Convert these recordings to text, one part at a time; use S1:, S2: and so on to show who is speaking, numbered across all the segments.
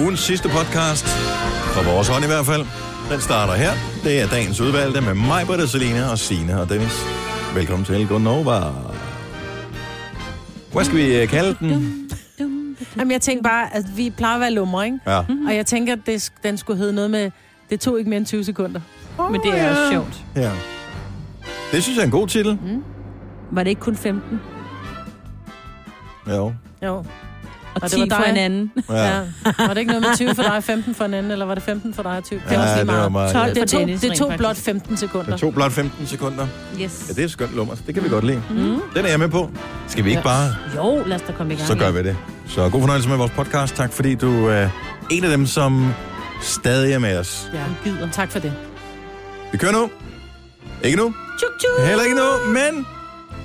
S1: Ugens sidste podcast, fra vores hånd i hvert fald, den starter her. Det er dagens udvalgte med mig, Britta, Selina og Sine og Dennis. Velkommen til Gonova. Hvad skal vi øh, kalde den?
S2: Jamen, jeg tænkte bare, at vi plejer at være lumre, ikke?
S1: Ja.
S3: Mhm.
S2: Og jeg tænker, at det, sk- den skulle hedde noget med, det tog ikke mere end 20 sekunder.
S3: Men det er også sjovt. Mm.
S1: ja. Det synes jeg er en god titel.
S3: Var det ikke kun 15?
S1: Jo.
S2: Jo.
S3: Og,
S2: Og
S3: og
S2: det
S3: 10
S2: var
S3: for
S2: dig.
S3: en anden.
S2: Ja. Var det ikke noget med 20 for dig, 15 for en anden, eller var det 15 for dig og 20?
S1: Ja, det var meget.
S3: 12
S2: Det
S3: for
S2: tog,
S3: Dennis,
S2: det tog
S3: rent
S2: blot
S3: faktisk.
S2: 15 sekunder.
S1: Jeg tog blot 15 sekunder.
S3: Yes. Mm.
S1: Ja, det er skønt lummer. Det kan vi godt lide. Den er jeg med på. Skal vi ikke bare
S3: Jo, lad os da komme i gang.
S1: så gør vi det. Så god fornøjelse med vores podcast. Tak fordi du er en af dem, som stadig er med os.
S2: Ja, gider. Tak for det.
S1: Vi kører nu. Ikke nu.
S2: Tjuk, tjuk.
S1: Heller ikke nu, men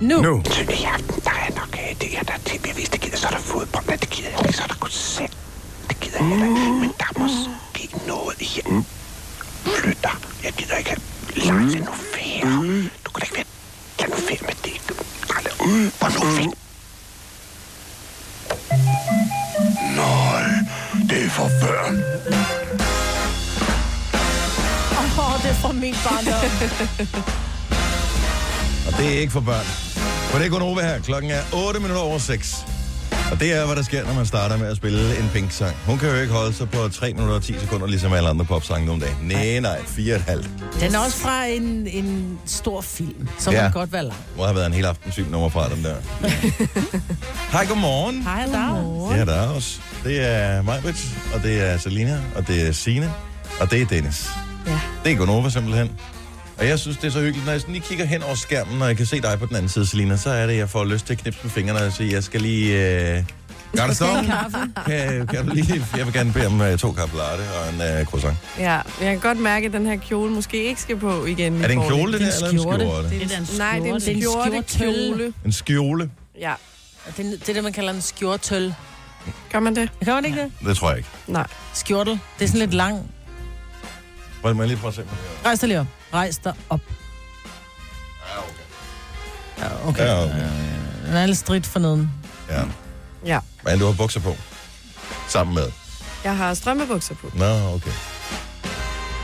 S2: Nu.
S1: nu.
S4: Søndag i aften, der er nok uh, det her, der er ting, jeg vidste, det gider. Så er der fodbold, men det gider jeg ikke. Så er der koncert, det gider jeg heller ikke. Men der er måske noget, jeg flytter. Jeg gider ikke. Lars, lad nu være. Du kan da ikke være. Lad nu være med det. Nej, lad- Hvor nu fik Nej, det er for børn.
S2: Åh, oh, det er fra min barndom.
S1: Og det er ikke for børn. For det er kun over her. Klokken er 8 minutter over 6. Og det er, hvad der sker, når man starter med at spille en Pink-sang. Hun kan jo ikke holde sig på 3 minutter og 10 sekunder, ligesom alle andre popsange nu om dagen. Nej, nej, 4,5.
S2: Den er også fra en, en stor film, som
S1: Ja.
S2: ja. kan godt være lang.
S1: Må have været en hel aften syg nummer fra dem der. Hej, godmorgen.
S2: Hej, Dag.
S1: Ja, der er også. Det er Majbrit, og det er Selina, og det er Sine, og det er Dennis.
S3: Ja.
S1: Det er Gonova simpelthen. Og jeg synes, det er så hyggeligt, når jeg sådan lige kigger hen over skærmen, og jeg kan se dig på den anden side, Selina, så er det, jeg får lyst til at knipse med fingrene og sige, jeg skal lige... Øh... Gør det stå? Kan, kan du lige... Jeg vil gerne bede om øh, to kaffe latte og en øh, croissant.
S5: Ja, men jeg kan godt mærke, at den her kjole måske ikke skal på igen. i
S1: Er det en
S5: forhold
S1: kjole, det
S2: Det
S1: der,
S2: er en
S1: eller en
S3: Det
S2: skjorte.
S1: skjorte?
S3: er da en
S5: til- Nej, det er en
S3: skjorte.
S5: skjorte kjole.
S1: En skjole?
S5: Ja,
S2: Det, er- det er det, man kalder en skjortøl.
S5: gør man det?
S2: Kan man ikke det?
S1: Det tror jeg ikke.
S5: Nej.
S2: Skjortel. Det er sådan lidt lang.
S1: Må må jeg lige prøve at se mig?
S2: Rejs dig lige op. Rejs dig op. Ja, okay.
S1: Ja,
S2: Ja,
S1: okay.
S2: okay. Den er lidt stridt for neden.
S1: Ja.
S5: Ja,
S1: Men du har bukser på. Sammen med.
S5: jeg har strømmebukser på.
S1: Nå, okay.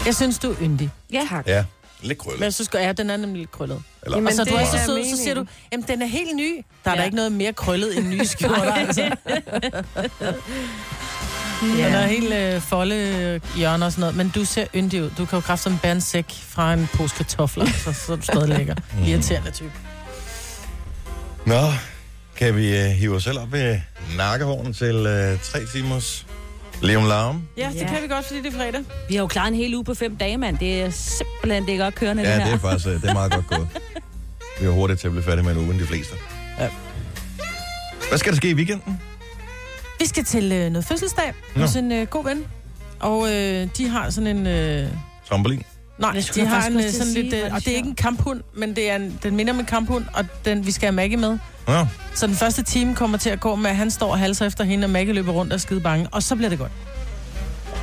S2: Jeg synes, du er yndig.
S3: Ja.
S5: Tak.
S1: Ja, lidt
S2: Men
S1: krøllet.
S2: jeg synes, godt- ja, den er nemlig lidt krøllet.
S1: Eller,
S5: Jamen,
S2: Men og så er
S5: det
S2: Altså, du er så
S5: er
S2: sød, så siger du,
S5: meningen.
S2: jamen den er helt ny. Der er ja. da
S3: Ja.
S2: ikke noget mere krøllet end nye skjorter, altså. Den er
S3: Ja.
S2: helt øh, folde hjørne og sådan noget, men du ser yndig ud. Du kan jo kræfte som bandsæk fra en pose kartofler, så, så er du stadig lækker.
S1: Mm.
S2: Irriterende type.
S1: Nå, kan vi uh, hive os selv op i nakkehården til uh, tre timers Leon Larm?
S2: Ja, det
S3: Ja.
S2: kan vi godt, fordi det er fredag.
S3: Vi har jo klaret en hel uge på fem dage, mand. Det er simpelthen det er godt kørende,
S1: Ja,
S3: det
S1: det er
S3: her.
S1: faktisk uh, det er meget godt gået. Vi er hurtigt til at blive færdige med en uge end de fleste.
S2: Ja.
S1: Hvad skal der ske i weekenden?
S2: Vi skal til øh, noget fødselsdag
S1: Nå.
S2: hos en øh, god ven, og øh, de har sådan en... Øh,
S1: Trampolin?
S2: Nej,
S3: Jeg
S2: de
S3: skulle
S2: har
S3: faktisk
S2: en,
S3: også
S2: øh,
S3: til at
S2: sådan
S3: sige,
S2: lidt,
S3: hvor er
S2: øh,
S3: det
S2: og det er ikke en kamphund, men det er en, den minder om en kamphund, og den, vi skal have Maggie med.
S1: Nå,
S2: Så den første time kommer til at gå med, at han står og halser efter hende, og Maggie løber rundt og er skide bange, og så bliver det godt.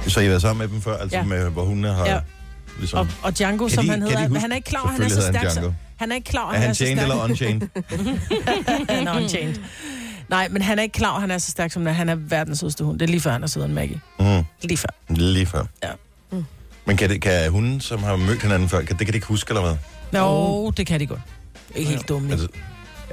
S1: så I har været sammen med dem før, altså ja.
S2: Ja.
S1: med, hvor hundene har... Ja.
S2: Ja.
S1: Ligesom,
S2: Og, og Django,
S1: Kan
S2: som
S1: de-
S2: han
S1: kan
S2: hedder,
S1: de huske-
S2: men han er ikke klar, over, han er så
S1: Selvfølgelig hedder han
S2: stærk.
S1: Django.
S2: så- Han er ikke klar, over,
S1: er
S2: han er
S1: han
S2: så
S1: chained
S2: stærk.
S1: eller unchained?
S2: Han er unchained. Nej, men han er ikke klar, over, han er så stærk som han er. Han er verdens sødeste hund. Det er lige før, han er sødere end Maggie.
S1: Mm,
S2: Lige før.
S1: lige før.
S2: Ja. Mm.
S1: Men kan, det, kan hunden, som har mødt hinanden før, kan, det kan de ikke huske eller hvad?
S2: Nå, det kan de godt. Ikke helt dumme.
S1: Altså,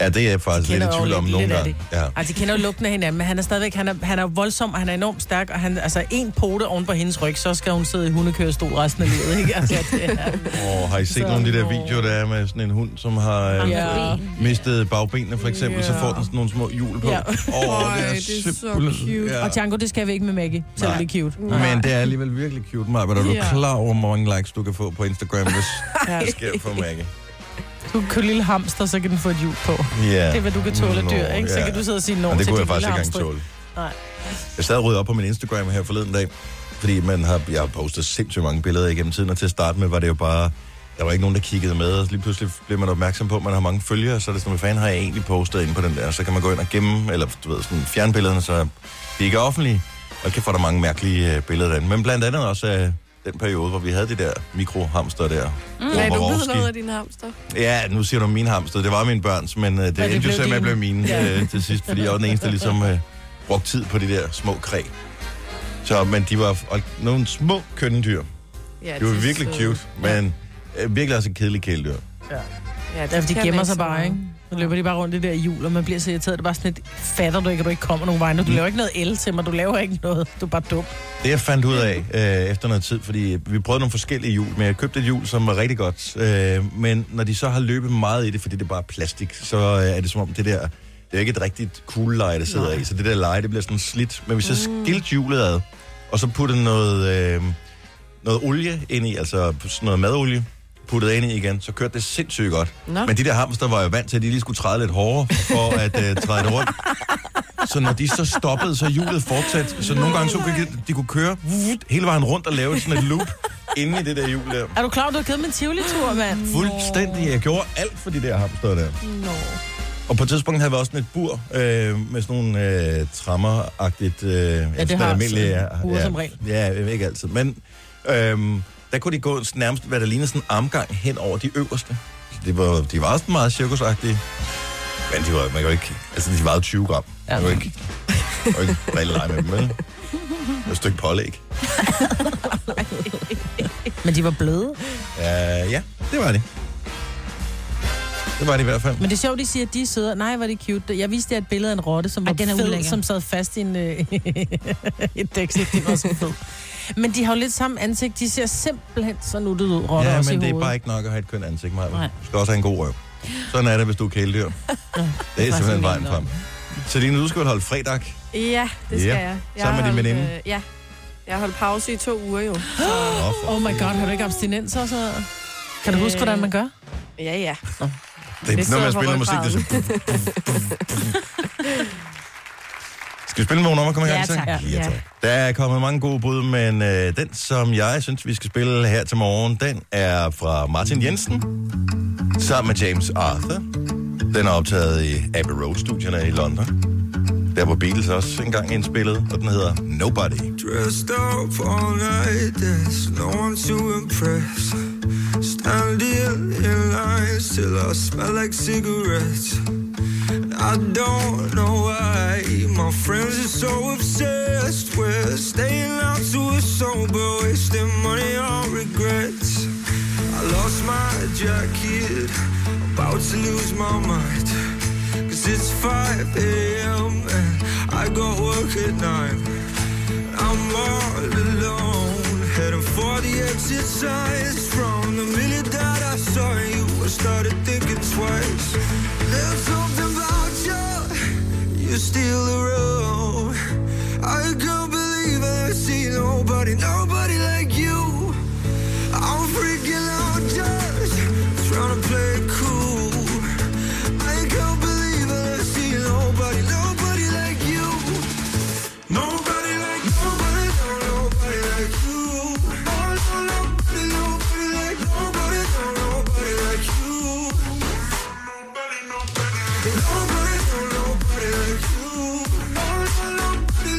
S1: ja, det er jeg faktisk lidt i
S2: kender jo
S1: tvivl om
S2: lidt-
S1: nogle
S2: lidt af
S1: gange. Ja.
S2: Ej, de kender jo lugten af hinanden, men han er stadigvæk han er, han er voldsom, og han er enormt stærk, og han, altså en pote oven på hendes ryg, så skal hun sidde i hundekørestol resten af livet, ikke? Altså, det er,
S1: Og har I set
S2: Så-
S1: nogle af de der videoer, der er med sådan en hund, som har øh,
S2: Ja.
S1: mistet bagbenene for eksempel, så
S5: Ja.
S1: får den sådan nogle små hjul på.
S2: Ja.
S1: Ja. Oh,
S5: Øj, det er så cute.
S2: og Django, det skal vi ikke med Maggie, selvom
S1: Nej.
S2: det er cute.
S1: Men det er alligevel virkelig cute, Maja. Er du
S5: Ja.
S1: klar over, hvor mange likes du kan få på Instagram, hvis
S2: Ja.
S1: det sker for Maggie?
S2: Du kan købe lille hamster, så kan den få et hjul på.
S1: Ja.
S2: Det er, hvad du kan tåle af dyr,
S1: Nå,
S2: ikke? Så
S1: ja.
S2: kan du sidde og sige no
S1: Men det
S2: til
S1: kunne jeg
S2: din
S1: faktisk
S2: lille
S1: ikke engang
S2: hamster.
S1: tåle.
S2: Nej.
S1: Jeg sad og rydde op på min Instagram her forleden dag, fordi man har, jeg har postet sindssygt mange billeder igennem tiden, og til at starte med var det jo bare, der var ikke nogen, der kiggede med, og lige pludselig blev man opmærksom på, at man har mange følgere, så er det sådan, hvad fanden har jeg egentlig postet inde på den der? Så kan man gå ind og gemme, eller du ved, sådan, fjerne billederne, så de ikke er offentlige, og kan få der mange mærkelige øh, billeder derinde. Men blandt andet også øh, den periode, hvor vi havde det der mikrohamster der. Mm.
S5: Lad du vide noget af din hamster?
S1: Ja, nu siger du min hamster. Det var min børns, men øh, det
S2: det
S1: endte jo
S2: blev
S1: så med at
S2: din.
S1: blive mine
S2: Ja.
S1: øh, til sidst, fordi jeg var den eneste, der ligesom øh, brugte tid på de der små kræ. Så Så, men de var og nogle små kønne dyr.
S5: Ja,
S1: De var
S5: er
S1: virkelig
S5: søde.
S1: cute, men øh, virkelig også kedelige kæledyr.
S5: Ja,
S2: Ja, for de gemmer
S5: kan ikke
S2: sig
S5: så
S2: bare,
S5: meget.
S2: ikke? Så løber de bare rundt i det der hjul, og man bliver så irriteret. Det er bare sådan lidt, fatter du ikke, at du ikke kommer nogen vej
S1: Mm.
S2: nu? Du laver ikke noget el til mig, du laver ikke noget. Du er bare dum.
S1: Det jeg fandt ud af øh, efter noget tid, fordi vi prøvede nogle forskellige hjul, men jeg købte et hjul, som var rigtig godt. Øh, men når de så har løbet meget i det, fordi det er bare plastik, så øh, er det som om det der... Det er ikke et rigtigt cool leje, der sidder Nej. i, så det der leje, det bliver sådan slidt. Men hvis jeg mm. skilte hjulet ad, og så puttede noget, øh, noget olie ind i, altså sådan noget madolie, puttede ind i igen, så kørte det sindssygt godt.
S5: Nå.
S1: Men de der hamster var jo vant til, at de lige skulle træde lidt hårdere for at øh, træde det rundt. Så når de så stoppede, så hjulet fortsatte. Så nogle gange så kunne de, de kunne køre vut, hele vejen rundt og lave sådan et loop inde i det der hjul der.
S2: Er du klar, over, du har givet mig en tivoli-tur, mand?
S1: Fuldstændig. Jeg gjorde alt for de der hamster der.
S5: Nå.
S1: Og på et tidspunkt havde vi også sådan et bur øh, med sådan nogle øh, trammer-agtigt... Øh, ja,
S2: det har sådan bure
S1: ja,
S2: som regel.
S1: Ja, øh, ikke altid. Men øh, der kunne de gå sådan nærmest, hvad der ligner sådan en armgang hen over de øverste. Så det var, de var også meget cirkusagtige. Men de var, man kan jo ikke... Altså, de vejede 20 gram. Ja. Man kan jo ikke, man kan jo ikke rigtig lege med dem, vel? Et stykke pålæg.
S2: Men de var bløde.
S1: Uh, ja, det var det. Det var det i hvert fald.
S2: Men det er sjovt, de siger, at de er søde. Nej, hvor er det cute. Jeg viste jer et billede af en rotte, som var
S3: Ej, den er
S2: fed,
S3: ulækker.
S2: som sad fast i en, øh, et dæksel. Det var så fed. Men de har jo lidt samme ansigt. De ser simpelthen så nuttet ud, rotter
S1: Ja,
S2: også i
S1: men det er
S2: hovedet.
S1: bare ikke nok at have et kønt ansigt, Maja.
S3: Nej.
S1: Du skal også have en god røv. Sådan er det, hvis du er kæledyr. det er simpelthen vejen frem. Så din udskål holdt fredag.
S5: Ja, det skal
S1: Ja.
S5: jeg. jeg.
S1: Sammen med
S5: har
S1: din
S5: holdt,
S1: veninde.
S5: øh, ja. Jeg har holdt pause i to uger jo.
S1: Nå, for-
S2: Oh my god, har du ikke abstinens og sådan noget? Kan du huske, hvordan man gør?
S5: Ja, ja.
S1: Det er
S5: det
S1: når man
S5: sidder på
S1: spiller musik, det er sådan... Skal vi spille med, når man kommer i gang?
S3: Ja,
S1: så?
S3: tak.
S1: Ja,
S5: Ja.
S1: tak. Der er kommet mange gode bud, men øh, den, som jeg synes, vi skal spille her til morgen, den er fra Martin Jensen, sammen med James Arthur. Den er optaget i Abbey Road-studierne i London. Der var Beatles også engang indspillet, og den hedder Nobody.
S6: Dressed up all night, there's no one to impress. Standing in lines till I smell like cigarettes. I don't know why my friends are so obsessed. We're staying out till we're sober, wasting money on regrets. I lost my jacket, about to lose my mind. Cause it's 5 a.m. and I got work at 9. I'm all alone, heading for the exit signs. From the minute that I saw you, I started thinking twice. There's something about you, you steal the room. I can't believe I see nobody, nobody like you. I'm freaking out just trying to play it cool. I can't believe I see nobody, nobody like you. Nobody like nobody, no, nobody like you. Oh, no, nobody, nobody like nobody, no, nobody like you. Nobody, nobody, nobody, no, nobody like you. Oh, no, nobody,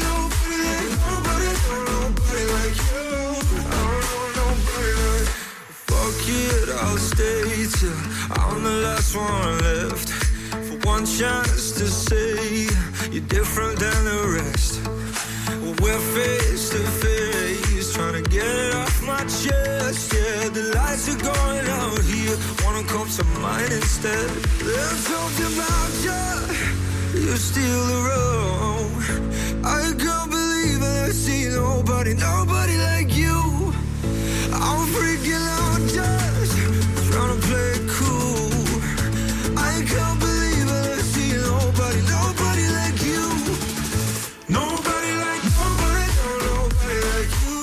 S6: nobody like nobody, no, nobody like you. Oh, no, nobody like. Fuck it, I'll stay till I'm the last one left. For one chance to say you're different than the rest. Well, we're face to face, trying to get it off my chest. Yeah, the lights are going out here. Wanna come to mine instead? There's something about you, you steal the room. I can't believe I see nobody, nobody like you. I'm freaking out just trying to play it cool. I can't believe I see nobody, nobody like you. Nobody like nobody, no, nobody like you.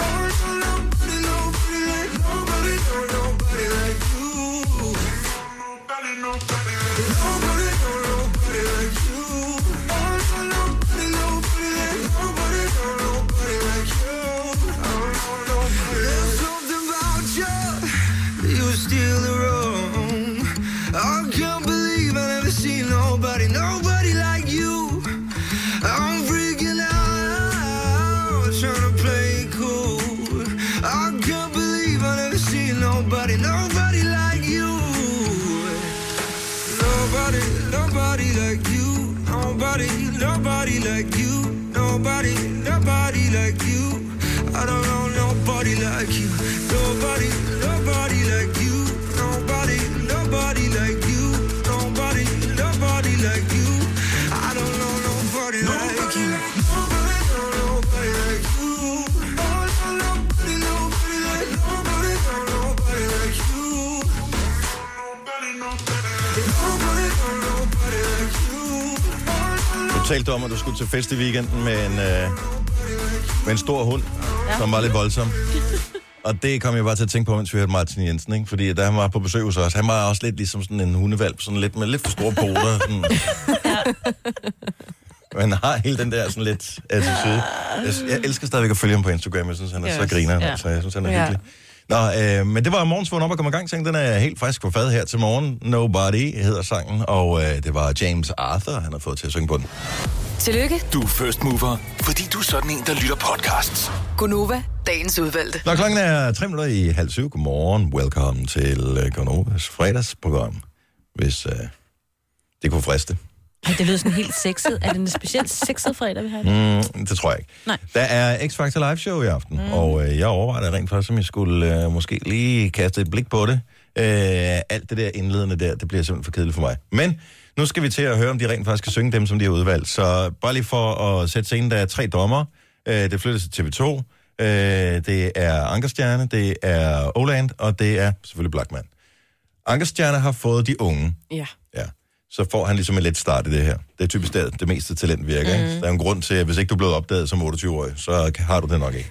S6: No, no, nobody, nobody like nobody, no, nobody like you. Nobody, nobody, nobody, no, nobody like you. No, no, nobody, nobody like nobody, no, nobody like you. No, no, nobody. There's something about you, you steal the room. I can't believe I never seen nobody, nobody like you. I'm freaking out, trying to play it cool. I can't believe I never seen nobody, nobody like you. Nobody, nobody like you. Nobody, nobody like you. No, nobody, nobody like you. I don't know nobody like you. Nobody, nobody like you. Nobody, nobody like you. Nobody, nobody like you. I don't know nobody, like you. Nobody, no, nobody like you. Nobody, no, nobody, nobody like nobody, no, nobody like you. Nobody, nobody, nobody, no, nobody like you.
S1: Du talte om, at du skulle til fest i weekenden med en, øh, med en stor hund, ja. som var lidt voldsom. Og det kom jeg bare til at tænke på, mens vi hørte Martin Jensen, ikke? Fordi da han var på besøg hos os, han var også lidt ligesom sådan en hundevalp, sådan lidt med lidt for store poter. Sådan. Men han har hele den der sådan lidt attitude. Jeg- Jeg elsker stadigvæk at følge ham på Instagram, jeg synes, han er
S2: Ja,
S1: så griner,
S2: ja.
S1: ja. så jeg synes, han er
S5: Ja.
S1: hyggelig. Nå, øh, men det var morgens vågen op og komme i gang. Tænkte, den er helt frisk på fad her til morgen. Nobody hedder sangen, og øh, det var James Arthur, han har fået til at synge på den.
S7: Tillykke,
S8: Du er first mover, fordi du er sådan en, der lytter podcasts.
S7: Gunova, dagens udvalgte.
S1: Nå, klokken er tre minutter i halv syv. Godmorgen. Velkommen til øh, Gonovas fredagsprogram, hvis øh, det kunne friste.
S3: Ej, det lyder sådan helt sexet. Er det en specielt sexet fredag, vi har?
S1: Mm, det tror jeg ikke.
S3: Nej.
S1: Der er X-Factor Live Show i aften, mm. og øh, jeg overvejer da rent faktisk, om jeg skulle øh, måske lige kaste et blik på det. Øh, alt det der indledende der, det bliver simpelthen for kedeligt for mig. Men nu skal vi til at høre, om de rent faktisk skal synge dem, som de har udvalgt. Så bare lige for at sætte scenen, der er tre dommer. Øh, det flyttes til TV2. Øh, det er Ankerstjerne, det er Oland, og det er selvfølgelig Blackman. Ankerstjerne har fået de unge.
S5: Ja.
S1: Ja. Så får han ligesom en let start i det her. Det er typisk der, det meste talent virker. Mm. Ikke? Så Der er en grund til, at hvis ikke du er blevet opdaget som 28-årig, så kan- har du det nok ikke.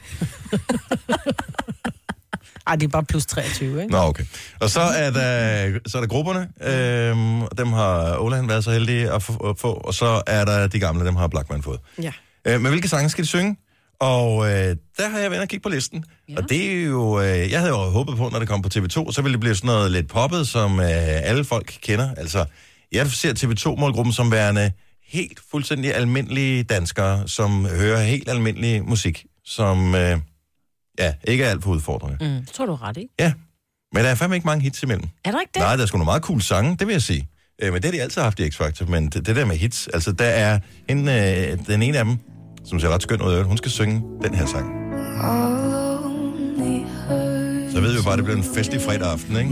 S2: Ej, det er bare plus 23, ikke?
S1: Nå, okay. Og så er der, så er der grupperne. Øhm, og dem har Ola han været så heldig at få, at få. Og så er der de gamle, dem har Blackman fået.
S5: Ja.
S1: Øh, men hvilke sange skal de synge? Og øh, der har jeg været inde og kigge på listen. Ja. Og det er jo... Øh, jeg havde jo håbet på, når det kom på TV2, så ville det blive sådan noget lidt poppet, som øh, alle folk kender. Altså, jeg ser TV2-målgruppen som værende helt fuldstændig almindelige danskere, som hører helt almindelig musik, som øh, ja, ikke er alt for udfordrende. Mm.
S3: Det tror du er ret, ikke?
S1: Ja, men der er fandme ikke mange hits imellem.
S3: Er der ikke det?
S1: Nej, der er sgu nogle meget cool sange, det vil jeg sige. Øh, men det har de altid haft i X-Factor, men det, det der med hits, altså der er en, øh, den ene af dem, som ser ret skøn ud, i øvrigt, hun skal synge den her sang. Så ved vi bare, at det bliver en festlig fredag aften, ikke?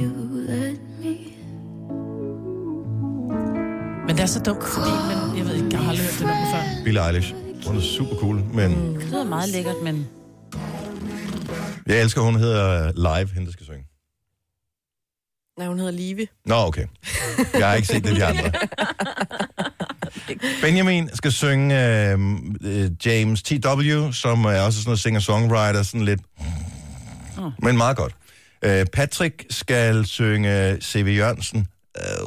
S2: Men det er så dumt, fordi man, jeg ved ikke, jeg har aldrig hørt det nummer før.
S1: Billie Eilish. Hun er super cool, men
S3: Det lyder meget lækkert, men...
S1: jeg elsker, hun hedder Live, hende der skal synge.
S5: Nej, hun hedder Live.
S1: Nå, okay. Jeg har ikke set det de andre. Benjamin skal synge øh, øh, James T.W., som er også sådan noget singer-songwriter, sådan lidt... Men meget godt. Øh, Patrick skal synge C.V. Jørgensen.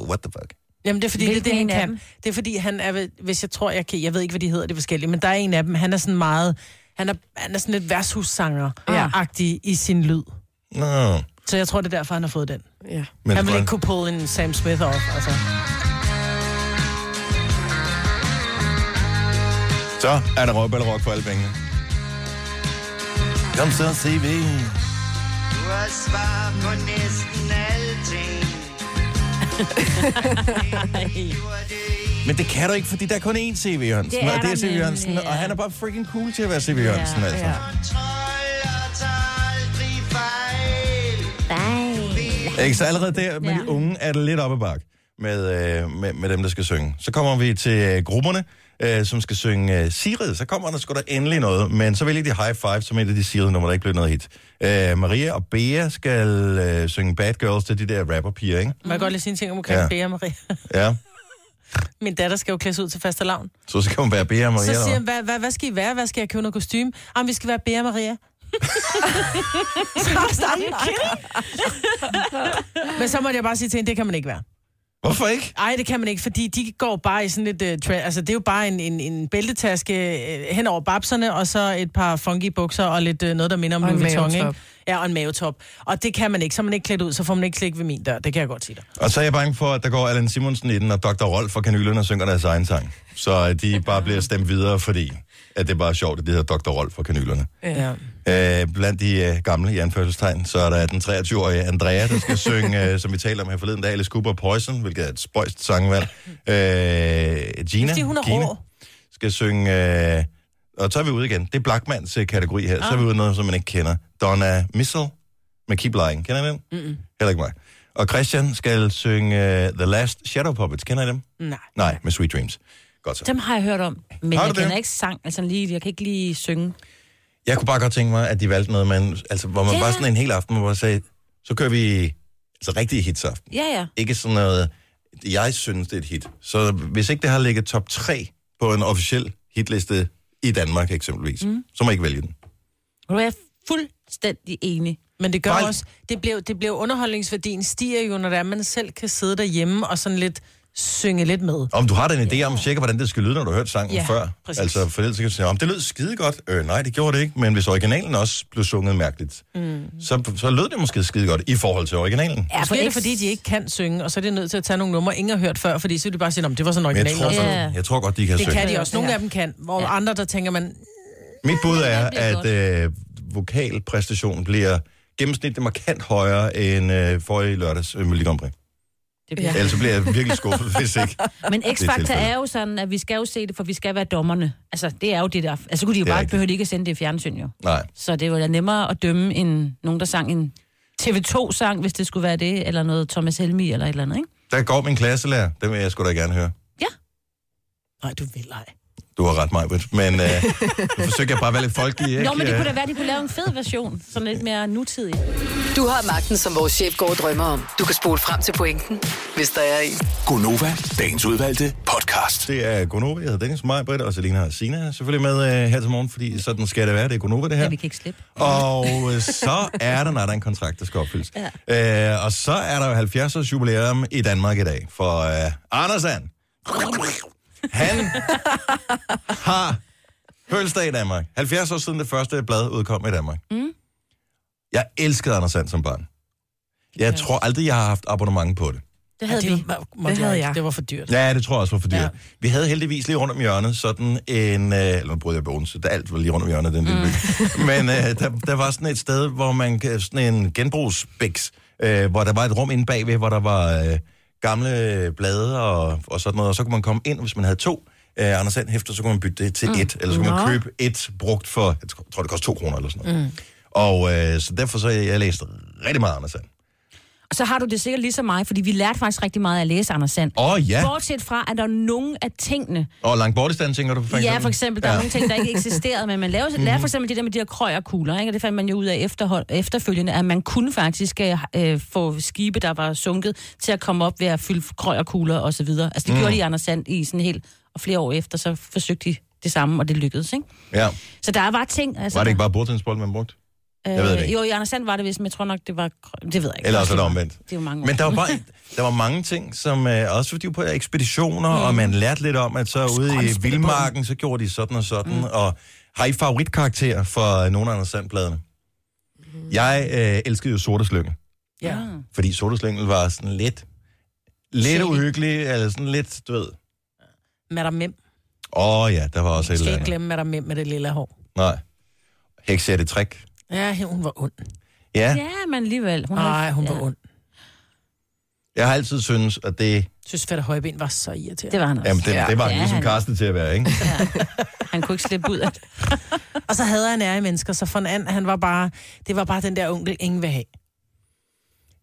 S1: Uh, what the fuck?
S2: Jamen, det er fordi, det er
S3: Hvilken
S2: det,
S3: en af
S2: han kan.
S3: dem?
S2: Det er fordi, han er, ved- hvis jeg tror, jeg kan, jeg ved ikke, hvad de hedder, det forskellige, men der er en af dem, han er sådan meget, han er, han er sådan lidt værtshussanger-agtig i sin lyd.
S1: Nå.
S2: Så jeg tror, det er derfor, han har fået den.
S5: Ja.
S1: Men
S2: Han vil
S1: for-
S2: ikke kunne pulle en Sam Smith off, altså.
S1: Så er der råb eller rock for alle pengene. Kom så, C.V.
S9: Du har svar på næsten alting.
S1: Men det kan du ikke, fordi der er kun én C.V. Jørgensen.
S3: Det er
S1: og det er
S3: der
S1: C.V.
S3: nemlig,
S1: Jørgensen,
S3: ja.
S1: og han er bare freaking cool til at være C.V. Jørgensen, altså.
S5: ja.
S9: Kontrol og tager aldrig fejl.
S1: Ikke? Så allerede der med
S3: Ja.
S1: de unge er det lidt op ad bak med, øh, med, med dem, der skal synge. Så kommer vi til øh, grupperne, øh, som skal synge øh, Sirid. Så kommer der sgu da endelig noget, men så vælger de High Five som et af de Sirid-numre, der ikke blev noget hit. Øh, Maria og Bea skal øh, synge Bad Girls til de der rapper-piger, ikke?
S5: Mm.
S2: Må jeg godt lige sige en ting om
S1: Ja.
S2: omkring Bea Maria?
S1: Ja,
S2: Min datter skal jo klædes ud til fastelavn.
S1: så skal hun være Bea og Maria.
S2: Så siger
S1: eller
S2: han, hvad, hvad, hvad skal I være? Hvad skal jeg købe noget kostume? Jamen, vi skal være Bea Maria. Men så måtte jeg bare sige til hende, det kan man ikke være.
S1: hvad? Hvorfor ikke?
S2: Nej, det kan man ikke, fordi de går bare i sådan lidt... Uh, tra- altså, det er jo bare en, en, en bæltetaske uh, hen over babserne, og så et par funky bukser og lidt uh, noget, der minder om
S5: Og en
S2: Louis Vuitton,
S5: mavetop.
S2: ikke? Ja, og en mavetop. Og det kan man ikke. Så er man ikke klædt ud, så får man ikke klik ved min dør. Det kan jeg godt sige dig.
S1: Og så er jeg bange for, at der går Allan Simonsen i den, og Dr. Rolf fra Kanylerne synger deres egen sang. Så øh, de bare bliver stemt videre, fordi at det er bare sjovt, at det hedder Dr. Rolf fra Kanylerne.
S2: Ja.
S1: Øh, blandt de øh, gamle i anførselstegn, så er der den 23-årige Andrea, der skal synge, øh, som vi talte om her forleden dag, Alice Cooper Poison, hvilket er et spøjst sangvalg. Øh, Gina,
S2: Fordi hun er
S1: Gina
S2: rå.
S1: skal synge... Øh, Og så er vi ude igen. Det er Blackmans øh, kategori her. Ah. Så er vi ude i noget, som man ikke kender. Donna Missel med Keep Lying. Kender I den? Mm-mm. Heller ikke mig. Og Christian skal synge øh, The Last Shadow Puppets. Kender I dem?
S3: Nej.
S1: Nej, med Sweet Dreams. Godt så.
S3: Dem har jeg hørt om, men
S1: Har du
S3: jeg
S1: det?
S3: kender ikke sang. Altså lige, jeg kan ikke lige synge.
S1: Jeg kunne bare godt tænke mig, at de valgte noget, man, altså, hvor man yeah.
S3: Ja.
S1: bare sådan en hel aften, hvor man sagde, så kører vi altså, rigtige hits aften.
S3: Ja, ja.
S1: Ikke sådan noget, jeg synes, det er et hit. Så hvis ikke det har ligget top 3 på en officiel hitliste i Danmark eksempelvis, mm. så må I ikke vælge den.
S3: Ved Du er fuldstændig enig.
S2: Men det gør
S1: Nej.
S2: også, det blev, det blev underholdningsværdien stiger jo, når det er, man selv kan sidde derhjemme og sådan lidt synge lidt med.
S1: Om du har den idé om cirka, hvordan det skal lyde, når du har hørt sangen
S2: Ja,
S1: før.
S2: præcis.
S1: Altså, for ellers kan du sige, om det lød skide godt. Øh, nej, det gjorde det ikke, men hvis originalen også blev sunget mærkeligt, mm. så, så lød det måske skide godt i forhold til originalen.
S3: Ja,
S2: Måske er det,
S3: ikke-
S2: fordi de ikke kan synge, og så er de nødt til at tage nogle numre, ingen har hørt før, fordi så vil de bare sige, om det var sådan
S1: Men jeg
S2: original.
S1: tror,
S2: også."
S1: yeah.
S3: Ja.
S1: jeg tror godt, de kan
S2: Det
S1: synge.
S2: kan de også. Nogle af dem kan, hvor
S3: Ja.
S2: andre, der tænker man,
S1: Mit bud er,
S3: det bliver
S1: at øh, vokalpræstationen bliver gennemsnitligt markant højere end øh, forrige lørdags øh, Melodi Grand Prix.
S3: Det bliver.
S1: Ellers så bliver jeg virkelig skuffet, hvis ikke.
S3: Ja. Men X-Factor
S1: tilfældet.
S3: er jo sådan, at vi skal jo se det, for vi skal være dommerne. Altså, det er jo det der. Altså, så kunne de jo
S1: Det er
S3: bare
S1: rigtigt.
S3: behøve ikke at sende det i fjernsyn, jo.
S1: Nej.
S3: Så det var da nemmere at dømme end nogen, der sang en TV2-sang, hvis det skulle være det, eller noget Thomas Helmi eller et eller andet, ikke?
S1: Der går min klasselærer. Den vil jeg sgu da gerne høre.
S2: nej, du vil ej.
S1: Du har ret, Majbrit. Men øh, nu forsøger jeg bare at være lidt folkelig, ikke?
S3: Nå, men det
S1: Øh,
S3: kunne da være, at de kunne lave en fed version, sådan lidt mere nutidig.
S7: Du har magten, som vores chef går og drømmer om. Du kan spole frem til pointen, hvis der er en.
S8: Gonova, dagens udvalgte podcast.
S1: Det er Gonova, jeg hedder Dennis Majbrit, og Selina og Sina er selvfølgelig med øh, her til morgen, fordi sådan skal det være. Det er Gonova, det her.
S3: Ja, vi kan ikke slippe.
S1: Og øh, så er der, når der er en kontrakt, der skal opfyldes. Ja. Øh, og så er der jo 70-års jubilæum i Danmark i dag for øh, Andersen. Han har fødselsdag i Danmark. 70 år siden det første blad udkom i Danmark. Mm. Jeg elskede Andersen som barn. Jeg tror aldrig, jeg har haft abonnement på det.
S3: Det
S2: Ja,
S3: havde vi.
S2: det, var, måtte
S5: Det havde
S2: ikke.
S5: jeg.
S2: det var for dyrt.
S1: Ja, det tror jeg også var for dyrt. Ja.
S2: Ja.
S1: Vi havde heldigvis lige rundt om hjørnet sådan en... Øh, eller nu brød jeg bogen, så der alt var lige rundt om hjørnet, i den lille
S3: Mm.
S1: by. Men øh, der, der var sådan et sted, hvor man... kan- Sådan en genbrugsbiks, øh, hvor der var et rum inde bagved, hvor der var øh, gamle blade og, og sådan noget. Og så kunne man komme ind, hvis man havde to øh, Anders Sand hæfter, så kunne man bytte det til mm. et. Eller så kunne man købe et brugt for... Jeg tror- tror, det koster to kroner eller sådan noget. Mm. Og øh, så derfor så jeg, jeg læste rigtig meget Anders Sand.
S3: Og så har du det sikkert ligesom mig, fordi vi lærte faktisk rigtig meget af at læse Anders Sand.
S1: Åh oh, ja,
S3: Bortset fra, at der er nogle af tingene,
S1: og langt bort i stand, tænker du for Mhm.
S3: ja, for eksempel, der er nogle ting, der ikke eksisterede, men man laver, mm-hmm. lærer for eksempel det der med de her krøjerkugler, ikke? og det fandt man jo ud af efterhold, efterfølgende, at man kunne faktisk øh, øh, få skibe, der var sunket, til at komme op ved at fylde krøjerkugler og så videre. Altså det
S1: Mhm.
S3: mm. gjorde de i Anders Sand i sådan helt, og flere år efter, så forsøgte de det samme, og det lykkedes, ikke?
S1: Ja.
S3: Så der var ting... Altså,
S1: Var det ikke bare bordtennisbold, man brugte?
S3: bare...
S1: jeg ved det ikke.
S3: Jo, i Anders Sand var det vist, men jeg tror nok, det var... krø- Det ved jeg ikke.
S1: Eller også er det
S3: var-
S1: omvendt.
S3: Det er jo mange år.
S1: Men der var, bare, der var mange ting, som øh, også fordi de var på ekspeditioner, mm. og man lærte lidt om, at så ude i vildmarken, så gjorde de sådan og sådan. Mm. Og har I favoritkarakterer for øh, nogle af Anders Sandbladene? Mm. Jeg øh, elskede jo Sorte Slynge,
S2: Ja.
S1: fordi Sorte Slynge var sådan lidt, lidt uhyggelig, eller sådan lidt, du ved.
S2: Madame Mim.
S1: Åh oh, ja, der var også et
S2: Skal
S1: eller
S2: ikke
S1: andet.
S2: glemme Madame Mim med det lille hår.
S1: Nej. Heks er det trick.
S2: Ja, hun var ond.
S1: Ja, yeah.
S3: Ja, men alligevel. Hun
S2: Nej, hun var
S3: ja.
S2: ond.
S1: jeg har altid syntes, at det,
S2: Jeg synes, Fætter Højben var så irriterende.
S3: Det var han også.
S1: jamen, det,
S3: ja.
S1: det var
S3: Ja,
S1: ligesom
S3: han-
S1: Karsten til at være, ikke?
S3: Han kunne ikke slippe ud af det.
S2: Og så havde han ære i mennesker, så von And, han var bare, det var bare den der onkel, ingen vil have.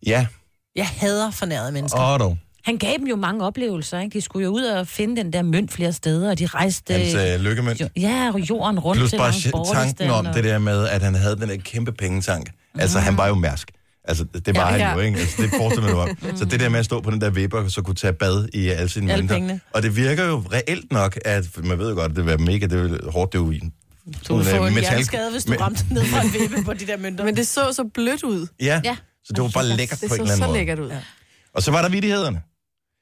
S1: Ja,
S2: Jeg hader fornærede mennesker.
S1: åh oh, dog.
S3: Han gav dem jo mange oplevelser, ikke? De skulle jo ud og finde den der mønt flere steder, og de rejste...
S1: Hans øh, lykkemønt.
S3: jo- Ja, og jorden rundt
S1: Plus
S3: til
S1: bare
S3: langt
S1: sj- tanken om det der med, at han havde den der kæmpe pengetank.
S2: Mhm.
S1: Altså, han var jo mærsk. Altså, det var ja,
S5: Ja,
S1: han
S5: ja.
S1: jo, ikke? Altså, det forestiller man jo om. Så det der med at stå på den der vipper, og så kunne tage bad i alle sine
S2: Mhm. Alle
S1: mønter.
S2: pengene.
S1: Og det virker jo reelt nok, at man ved jo godt, det var mega det var hårdt, det var
S2: Du ville
S1: øh,
S2: få en hjerneskade, hvis du ramte ned fra en vippe på de der mønter.
S5: Men det så så blødt ud.
S1: Ja, ja.
S3: Ja.
S1: så det var bare lækkert
S5: Det
S1: på en eller
S5: så
S1: anden
S5: så
S1: måde.
S5: lækkert ud.
S1: Og så var der vidighederne.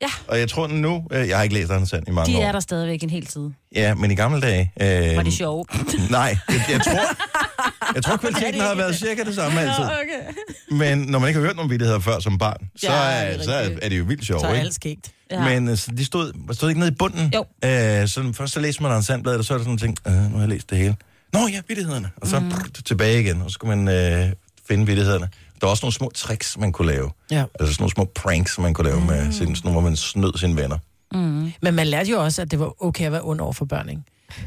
S3: Ja.
S1: Og jeg tror nu, øh, jeg har ikke læst Anders Sand i mange
S3: De
S1: år.
S3: er der stadigvæk en hel side.
S1: Ja, men i gamle dage... Øh,
S3: Var de sjove?
S1: Nej, jeg, jeg tror... Jeg tror, kvaliteten har været cirka det samme altid.
S3: okay.
S1: Men når man ikke har hørt nogen vittigheder før som barn, så,
S2: Ja, det
S1: ja,
S2: er
S1: så er,
S2: rigtigt.
S1: er det jo vildt sjovt,
S2: Så er alt
S1: ikke?
S2: skægt.
S1: Ja. Men øh, så de stod, stod ikke nede i bunden.
S3: Jo.
S1: Øh, så først så læste man Anders Sandbladet, og så er der sådan en ting, øh, nu har jeg læst det hele. Nå ja, vittighederne. Og så mm. brr, tilbage igen, og så skulle man øh, finde vittighederne. Der var også nogle små tricks, man kunne lave.
S2: Ja.
S1: Altså sådan nogle små pranks, man kunne lave mm. med sin, sådan nogle, hvor man snød sine venner.
S3: Mhm.
S2: Men man lærte jo også, at det var okay at være ond over for børn, ikke?